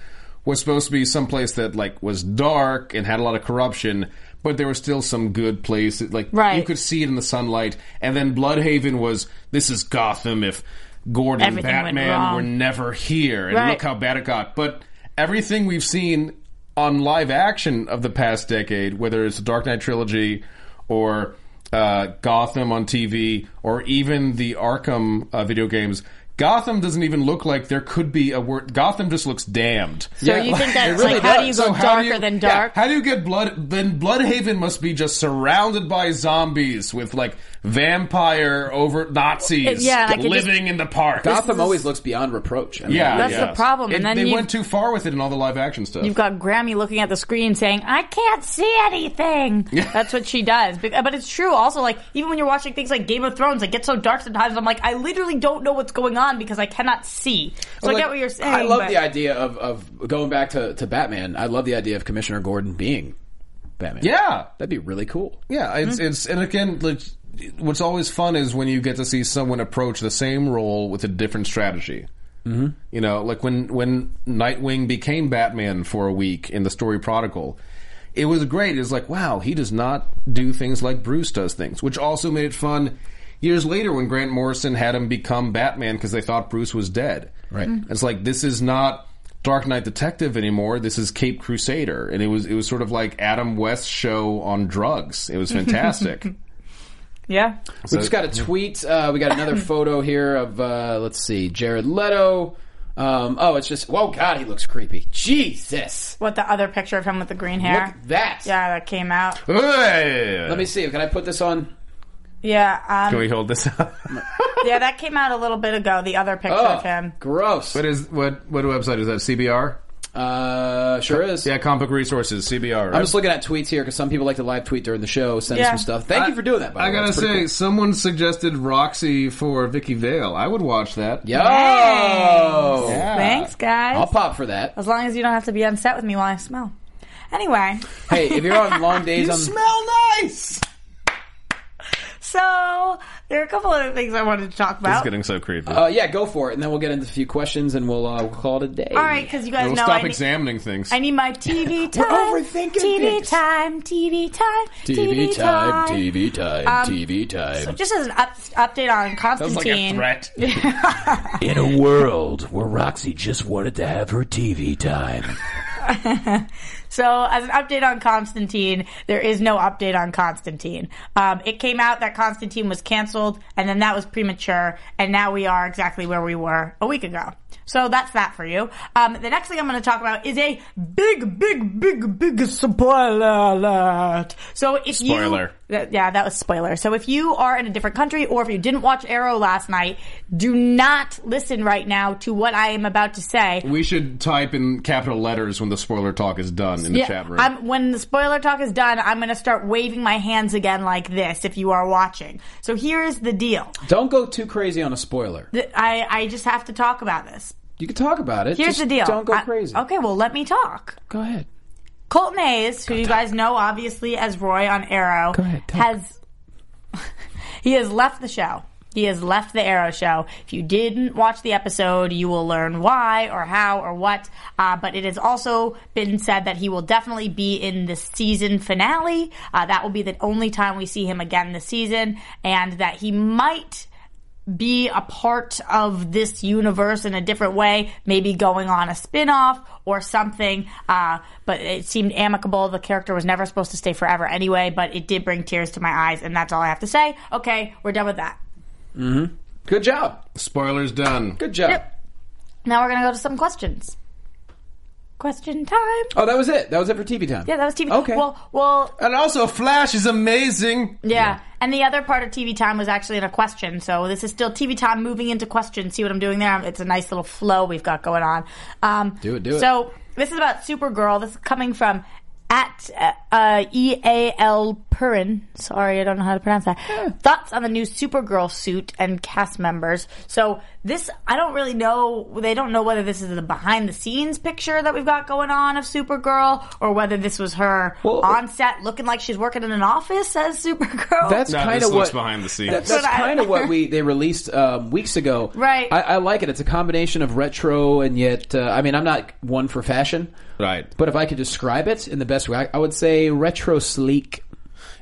was supposed to be some place that like was dark and had a lot of corruption, but there was still some good place. that, Like you Right. could see it in the sunlight. And then Bloodhaven was this is Gotham if Gordon Everything went Batman wrong. were never here and Right. look how bad it got. But everything we've seen on live action of the past decade, whether it's the Dark Knight trilogy or uh, Gotham on TV or even the Arkham uh, video games, Gotham doesn't even look like there could be a word. Gotham just looks damned. so you think that's like how do you go So how darker do you- than yeah, dark? how do you get blood? Then Bloodhaven must be just surrounded by zombies with like vampire over Nazis Yeah, like it just- living in the park. Gotham always looks beyond reproach. I mean, Yeah, That's yeah. the problem, and It- then they you- went too far with it in all the live action stuff. You've got Grammy looking at the screen saying, I can't see anything. That's what she does. Be- But it's true. Also, like, even when you're watching things like Game of Thrones, it gets so dark sometimes. I'm like, I literally don't know what's going on because I cannot see. So I Like, get what you're saying. I love but- the idea of, of going back to, to Batman. I love the idea of Commissioner Gordon being Batman. yeah, That'd be really cool. yeah. It's Mm-hmm. it's and again, like, what's always fun is when you get to see someone approach the same role with a different strategy. Mm-hmm. You know, like when when Nightwing became Batman for a week in the story Prodigal. It was great. It was like, wow, he does not do things like Bruce does things, which also made it fun years later when Grant Morrison had him become Batman because they thought Bruce was dead. Mm-hmm. Right. Mhm. It's like this is not Dark Knight Detective anymore. This is Cape Crusader, and it was it was sort of like Adam West's show on drugs. It was fantastic. Yeah. we just got a tweet. Uh, we got another photo here of uh, let's see, Jared Leto. Um, oh, it's just whoa, God, he looks creepy. Jesus, What the other picture of him with the green hair? look at that. yeah, that came out. Let me see. Can I put this on? Yeah, Can um, we hold this up? yeah, that came out a little bit ago. The other picture Oh, of him. gross. what is what what website is that? CBR? Uh, sure is. Yeah, Comic Book Resources CBR. Right? I'm just looking at tweets here because some people like to live tweet during the show, send us Yeah. some stuff. Thank you for doing that. By I the way. gotta That's pretty say, cool. someone suggested Roxy for Vicky Vale. I would watch that. Yo! Yeah. Thanks, guys. I'll pop for that. as long as you don't have to be on set with me while I smell. Anyway. Hey, if you're on long days, on Smell nice. So there are a couple other things I wanted to talk This about. is getting so creepy. uh, yeah, go for it, and then we'll get into a few questions, and we'll uh, we'll call it a day. All right, because you guys we'll know stop I need, examining things. I need my TV We're time. overthinking TV things. time. TV time. TV time, TV. TV time, Um, TV time. So just as an up, update on Sounds like a Constantine. threat. In a world where Roxy just wanted to have her TV time. so as an update on Constantine, there is no update on Constantine. Um, it came out that Constantine was canceled, and then that was premature, and now we are exactly where we were a week ago. So that's that for you. Um, the next thing I'm going to talk about is a big, big, big, big spoiler alert. So if you- Spoiler. Th- yeah, that was spoiler. So if you are in a different country or if you didn't watch Arrow last night, do not listen right now to what I am about to say. We should type in capital letters when the spoiler talk is done in the chat room. I'm, when the spoiler talk is done, I'm going to start waving my hands again like this if you are watching. So here is the deal. Don't go too crazy on a spoiler. Th- I, I just have to talk about this. You can talk about it. Here's Just the deal. Don't go I- crazy. okay, well, let me talk. Go ahead. Colton Hayes, who you guys know obviously as Roy on Arrow, Go ahead, talk. has he has left the show. He has left the Arrow show. If you didn't watch the episode, you will learn why or how or what. Uh, but it has also been said that he will definitely be in the season finale. Uh, that will be the only time we see him again this season, and that he might be a part of this universe in a different way, maybe going on a spin off or something. Uh, but it seemed amicable. The character was never supposed to stay forever anyway, but it did bring tears to my eyes, and that's all I have to say. Okay, we're done with that. Good job. Spoilers done. Good job. Now we're going to go to some questions. Question time. Oh, that was it. That was it for TV time. Yeah, that was TV. Okay. Well, well, And also, Flash is amazing. yeah. And the other part of TV time was actually in a question. So this is still TV time moving into questions. See what I'm doing there? It's a nice little flow we've got going on. Um, Do it, do it. So this is about Supergirl. This is coming from at uh, uh, E A L Purin. Sorry, I don't know how to pronounce that. Thoughts on the new Supergirl suit and cast members. So this, I don't really know. They don't know whether this is the behind the scenes picture that we've got going on of Supergirl, or whether this was her Well- on set looking like she's working in an office as Supergirl. That's No, kind this of looks what behind the scenes. that- that's But I- kind of what we they released um, weeks ago. Right. I, I like it. It's a combination of retro and yet. Uh, I mean, I'm not one for fashion. Right. But if I could describe it in the best way, I, I would say retro sleek.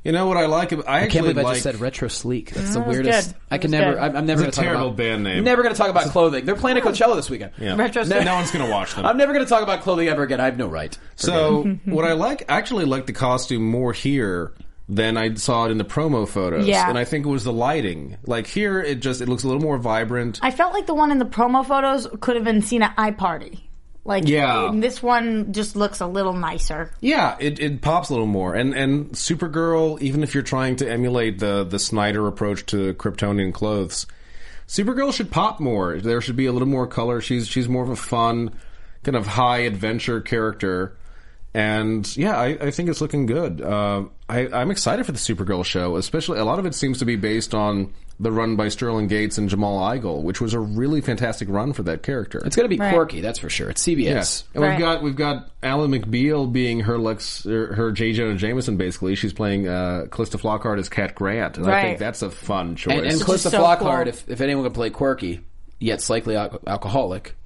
You know what I like? ab- I I can't actually believe I like. just said retro sleek. That's the that was weirdest. Mm, good. I can That was never. good. I'm, I'm never It's a gonna talk terrible about, band name. Never going to talk about clothing. They're playing a Coachella this weekend. Yeah. Retro- no, no one's gonna watch them. I'm never going to talk about clothing ever again. I have no right. So what I like, I actually like the costume more here than I saw it in the promo photos. Yeah. And I think it was the lighting. Like here, it just it looks a little more vibrant. I felt like the one in the promo photos could have been seen at iParty. Like, Yeah. this one just looks a little nicer. yeah, it, it pops a little more. And and Supergirl, even if you're trying to emulate the the Snyder approach to Kryptonian clothes, Supergirl should pop more. There should be a little more color. She's she's more of a fun, kind of high adventure character. And yeah, I, I think it's looking good. Uh, I, I'm excited for the Supergirl show, especially a lot of it seems to be based on the run by Sterling Gates and Jamal Igle, which was a really fantastic run for that character. It's going to be Right. quirky. That's for sure. It's CBS. Yes, and Right. we've got we've got Alan McBeal being her Lex, er, her, her J. Jonah Jameson. Basically, she's playing uh, Calista Flockhart as Cat Grant, and I Right. think that's a fun choice. And, and Calista so Flockhart, cool. if, if anyone could play quirky, yet slightly al- alcoholic,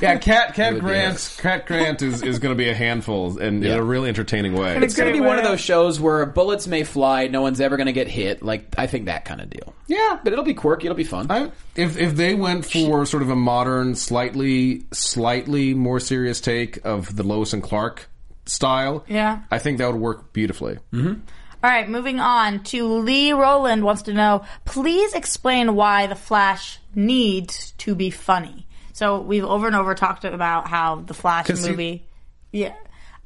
yeah, Cat Cat would be Grant, Cat Grant is, is going to be a handful, and in Yeah. a really entertaining way. it's going to be way. one of those shows where bullets may fly, no one's ever going to get hit. Like I think that kind of deal. Yeah, but it'll be quirky. It'll be fun. I, if if they went for sort of a modern, slightly slightly more serious take of the Lois and Clark style, Yeah. I think that would work beautifully. All right, moving on to Lee Rowland wants to know please explain why The Flash needs to be funny. So, we've over and over talked about how The Flash 'Cause he- movie. yeah.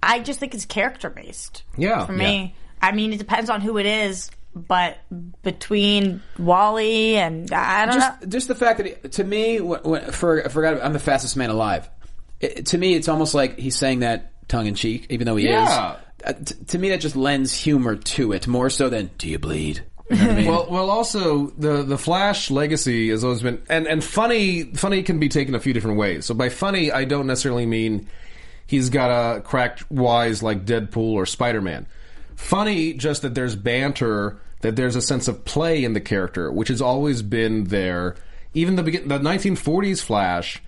I just think it's character based. Yeah, For me, I mean, it depends on who it is, but between Wally and I don't know. just just the fact that he, to me, when, when, for I forgot, I'm the fastest man alive. It, to me, it's almost like he's saying that tongue in cheek, even though he Yeah. is. Uh, t- to me, that just lends humor to it more so than "Do you bleed?" You know what I mean? Well, well, also the the Flash legacy has always been and and funny. Funny can be taken a few different ways. So by funny, I don't necessarily mean he's got a cracked wise like Deadpool or Spider Man. Funny, just that there's banter, that there's a sense of play in the character, which has always been there. Even the begin- the 1940s Flash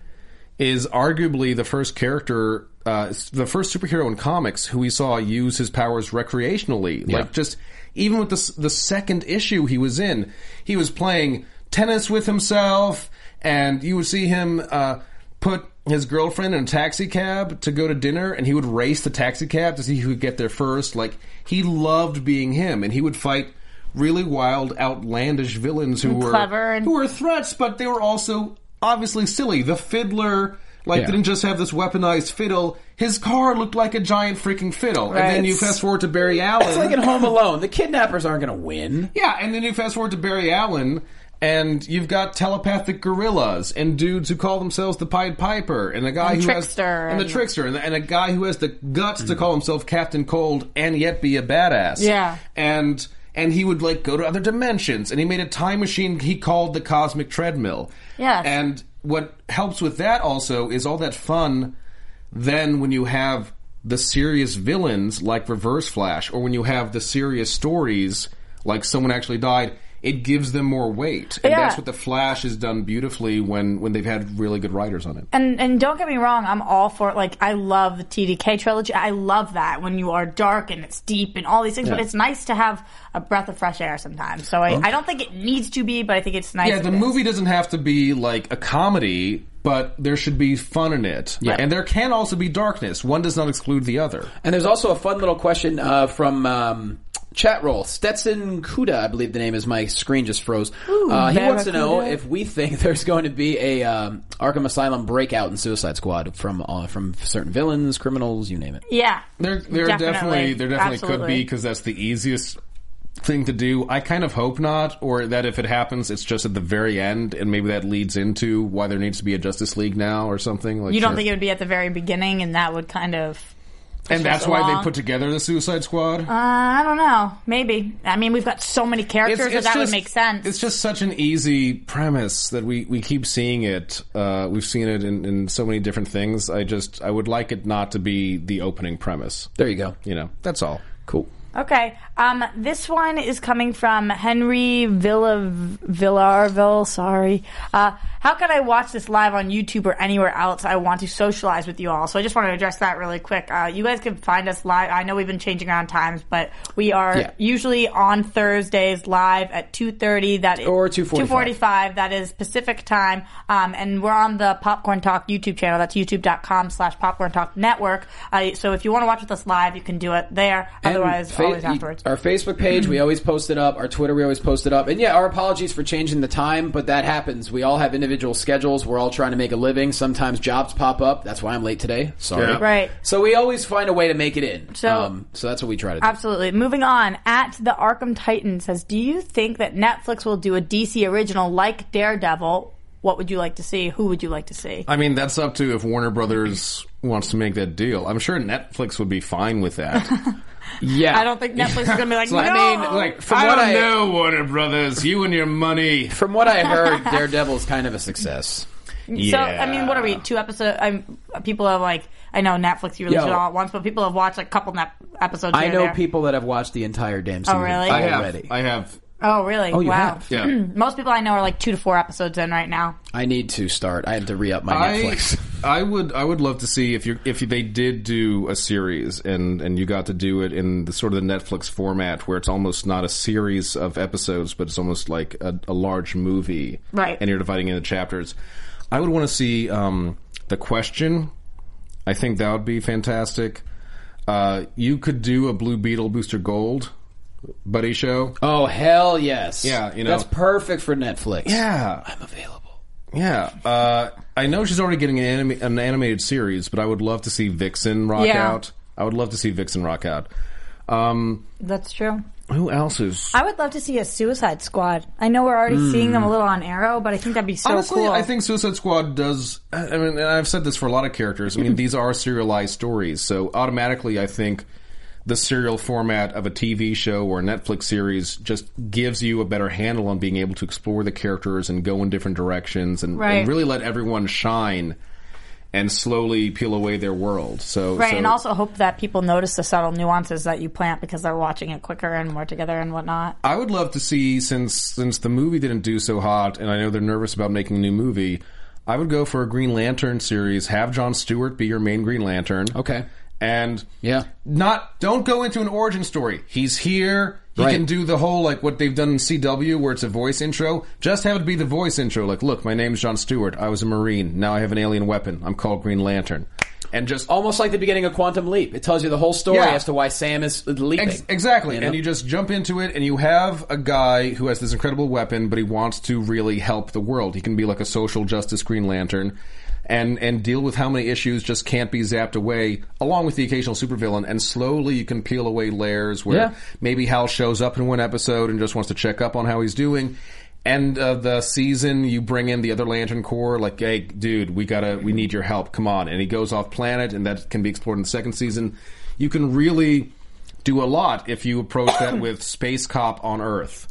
is arguably the first character, uh, s- the first superhero in comics who we saw use his powers recreationally. Like just even with the s- the second issue he was in, he was playing tennis with himself, and you would see him uh, put his girlfriend in a taxi cab to go to dinner, and he would race the taxi cab to see who would get there first. Like he loved being him, and he would fight. Really wild, outlandish villains who were clever and- who were threats, but they were also obviously silly. The fiddler, like, Yeah. didn't just have this weaponized fiddle. His car looked like a giant freaking fiddle. And then you fast forward to Barry Allen. it's like in Home Alone, the kidnappers aren't going to win. yeah, and then you fast forward to Barry Allen, and you've got telepathic gorillas and dudes who call themselves the Pied Piper and a guy And who Trickster has and the and- trickster and, and a guy who has the guts to call himself Captain Cold and yet be a badass. Yeah. and and he would like go to other dimensions and he made a time machine he called the cosmic treadmill Yes. and what helps with that also is all that fun. Then when you have the serious villains like Reverse Flash, or when you have the serious stories like someone actually died, it gives them more weight, and Yeah. that's what the Flash has done beautifully when when they've had really good writers on it. And and don't get me wrong, I'm all for it. Like I love the TDK trilogy. I love that when you are dark and it's deep and all these things. But Yeah. Um, it's nice to have a breath of fresh air sometimes. So I, I don't think it needs to be, but I think it's nice. Yeah, if the it is. movie doesn't have to be like a comedy, but there should be fun in it. Yeah. And there can also be darkness. One does not exclude the other. And there's also a fun little question uh, from um, chat roll. Stetson Kuda, I believe the name is. My screen just froze. uh, he wants to know Barracuda. if we think there's going to be a um, Arkham Asylum breakout in Suicide Squad from uh, from certain villains, criminals, you name it. Yeah, There, there Definitely. definitely, there definitely could be Absolutely. because that's the easiest thing to do. I kind of hope not, or that if it happens, it's just at the very end, and maybe that leads into why there needs to be a Justice League now or something. Like you don't sure. think it would be at the very beginning, and that would kind of. push us and that's why along? they put together the Suicide Squad. Uh, I don't know. Maybe. I mean, we've got so many characters that that would make sense. It's just such an easy premise that we, we keep seeing it. Uh, we've seen it in, in so many different things. I just I would like it not to be the opening premise. There you go. You know, that's all. Cool. Okay. Um, this one is coming from Henry Villa Villarville. Sorry. Uh, how can I watch this live on YouTube or anywhere else? I want to socialize with you all. So I just want to address that really quick. Uh, you guys can find us live. I know we've been changing around times, but we are Yeah. usually on Thursdays live at two thirty. That is- Or 2:45. 2:45, That is Pacific time. Um, and we're on the Popcorn Talk YouTube channel. That's youtube.com slash popcorn talk network. Uh, so if you want to watch with us live, you can do it there. And Otherwise, fa- e- always afterwards. Our Facebook page, we always post it up. Our Twitter, we always post it up. And yeah, our apologies for changing the time, but that happens. We all have individual schedules. We're all trying to make a living. Sometimes jobs pop up. That's why I'm late today. Sorry. Yeah. Right. So we always find a way to make it in. So- um, so that's what we try to do. Absolutely. Moving on, at the Arkham Titan says, Do you think that Netflix will do a DC original like Daredevil? What would you like to see? Who would you like to see? I mean, that's up to if Warner Brothers wants to make that deal. I'm sure Netflix would be fine with that. Yeah. I don't think Netflix is going to be like, So, I no! mean, like, From I what don't I- know, Warner Brothers. You and your money. From what I heard, Daredevil's kind of a success. So, I mean, what are we? Two episodes? I'm, people are like, I know Netflix, you released Yo. it all at once, but people have watched like, a couple nap- episodes. I here and know there. people that have watched the entire damn season Oh, really? I have. already. I have. Oh, really? you wow. have? Yeah. Most people I know are like two to four episodes in right now. I need to start. I have to re up my I, Netflix. I would I would love to see if you if they did do a series and and you got to do it in the sort of the Netflix format where it's almost not a series of episodes but it's almost like a, a large movie Right. and you're dividing into chapters. I would want to see um, the question. I think that would be fantastic. Uh, you could do a Blue Beetle Booster Gold buddy show. Oh hell yes! Yeah, you know. that's perfect for Netflix. Yeah, I'm available. Yeah, uh, I know she's already getting an, anime, an animated series, but I would love to see Vixen rock Yeah. out. I would love to see Vixen rock out. Um, That's true. who else is? I would love to see a Suicide Squad. I know we're already seeing them a little on Arrow, but I think that'd be so Hmm. Honestly, cool. I think Suicide Squad does. I I mean, and I've said this for a lot of characters. I mean, these are serialized stories, so automatically, I think the serial format of a TV show or a Netflix series just gives you a better handle on being able to explore the characters and go in different directions and, Right. and really let everyone shine and slowly peel away their world. So Right, so- and also hope that people notice the subtle nuances that you plant because they're watching it quicker and more together and whatnot. I would love to see since since the movie didn't do so hot, and I know they're nervous about making a new movie. I would go for a Green Lantern series. Have John Stewart be your main Green Lantern. Okay. and Yeah. not don't go into an origin story. He's here. He Right. can do the whole like what they've done in CW where it's a voice intro. Just have it be the voice intro. Like, look, my name's John Stewart. I was a Marine. Now I have an alien weapon. I'm called Green Lantern. And just Almost like the beginning of Quantum Leap. It tells you the whole story Yeah. as to why Sam is leaping. Ex- exactly. You know? And you just jump into it, and you have a guy who has this incredible weapon, but he wants to really help the world. He can be like a social justice Green Lantern. And, and deal with how many issues just can't be zapped away, along with the occasional supervillain, and slowly you can peel away layers where Yeah. maybe Hal shows up in one episode and just wants to check up on how he's doing. End of the season, you bring in the other Lantern Corps, like, hey, dude, we gotta, we need your help, come on. And he goes off planet, and that can be explored in the second season. You can really do a lot if you approach that with Space Cop on Earth.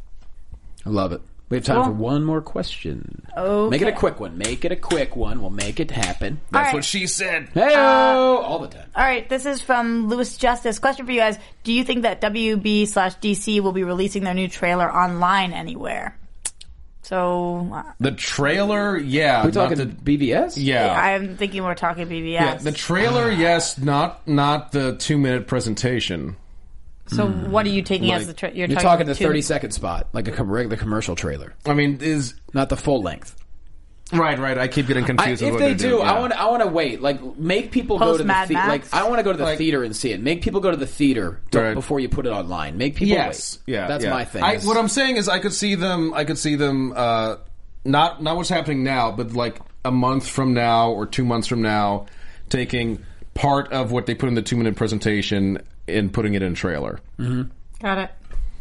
I love it. We have time for one more question. Oh. Okay. Make it a quick one. Make it a quick one. We'll make it happen. All That's right. what she said. Hey, Uh, all the time. All right, this is from Lewis Justice. Question for you guys: Do you think that WB slash DC will be releasing their new trailer online anywhere? So uh, The trailer, yeah. Are we not talking the- BVS? yeah. I'm thinking we're talking BBS. yeah. The trailer, yes. Not not the two minute presentation. so what are you taking as Hmm. Like, the trailer? You're, You're talking the two- 30 second spot, like a com- regular commercial trailer, I mean, is not the full length. right, right. I keep getting I, confused. if with what they they're do, doing, I yeah. want I want to wait. Like make people go Post to the Mad theater. Max? Like I want to go to the Like- theater and see it. Make people go to the theater to- Right. before you put it online. Make people yes, wait. yeah, that's yeah. my thing. I, is- what I'm saying is, I could see them. I could see them. Uh, not not what's happening now, but like a month from now or two months from now, taking part of what they put in the two minute presentation and putting it in a trailer. Got it.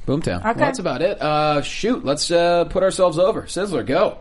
Boomtown. Well, that's about it. Uh, shoot, let's uh, put ourselves over. Sizzler, go.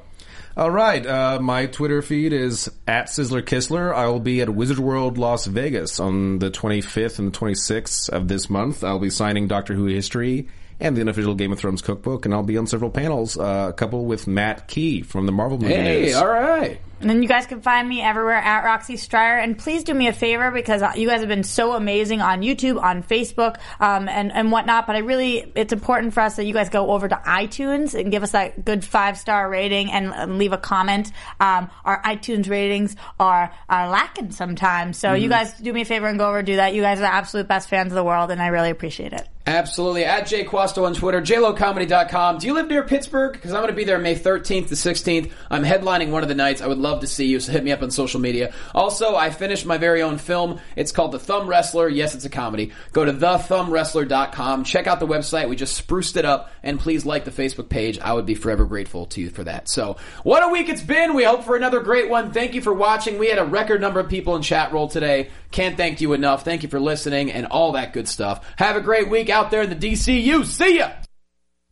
All right, uh, my Twitter feed is at Sizzler Kistler. I will be at Wizard World Las Vegas on the 25th and the 26th of this month. I'll be signing Doctor Who history and the unofficial Game of Thrones cookbook, and I'll be on several panels. Uh, a couple with Matt Key from the Marvel movie. Hey, News. all right. And then you guys can find me everywhere at Roxy Stryer. And please do me a favor because you guys have been so amazing on YouTube, on Facebook, um, and, and whatnot. But I really, it's important for us that you guys go over to iTunes and give us that good five star rating and, and leave a comment. Um, our iTunes ratings are, are lacking sometimes. So you guys do me a favor and go over and do that. You guys are the absolute best fans of the world, and I really appreciate it. Absolutely. At Jay Quasto on Twitter, jlocomedy.com. Do you live near Pittsburgh? Because I'm going to be there May 13th to 16th. I'm headlining one of the nights. I would love to see you, so hit me up on social media. Also, I finished my very own film. It's called The Thumb Wrestler. Yes, it's a comedy. Go to thethumbwrestler.com. Check out the website. We just spruced it up. And please like the Facebook page. I would be forever grateful to you for that. So, what a week it's been. We hope for another great one. Thank you for watching. We had a record number of people in chat roll today. Can't thank you enough. Thank you for listening and all that good stuff. Have a great week out there in the DCU. See ya!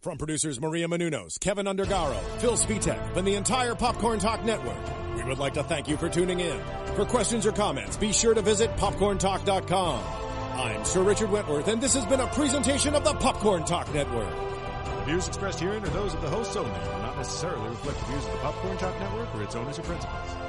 From producers Maria Menunos, Kevin Undergaro, Phil Spitek, and the entire Popcorn Talk Network, we would like to thank you for tuning in. For questions or comments, be sure to visit popcorntalk.com. I'm Sir Richard Wentworth, and this has been a presentation of the Popcorn Talk Network. Views expressed herein are those of the hosts only and not necessarily reflect the views of the Popcorn Talk Network or its owners or principals.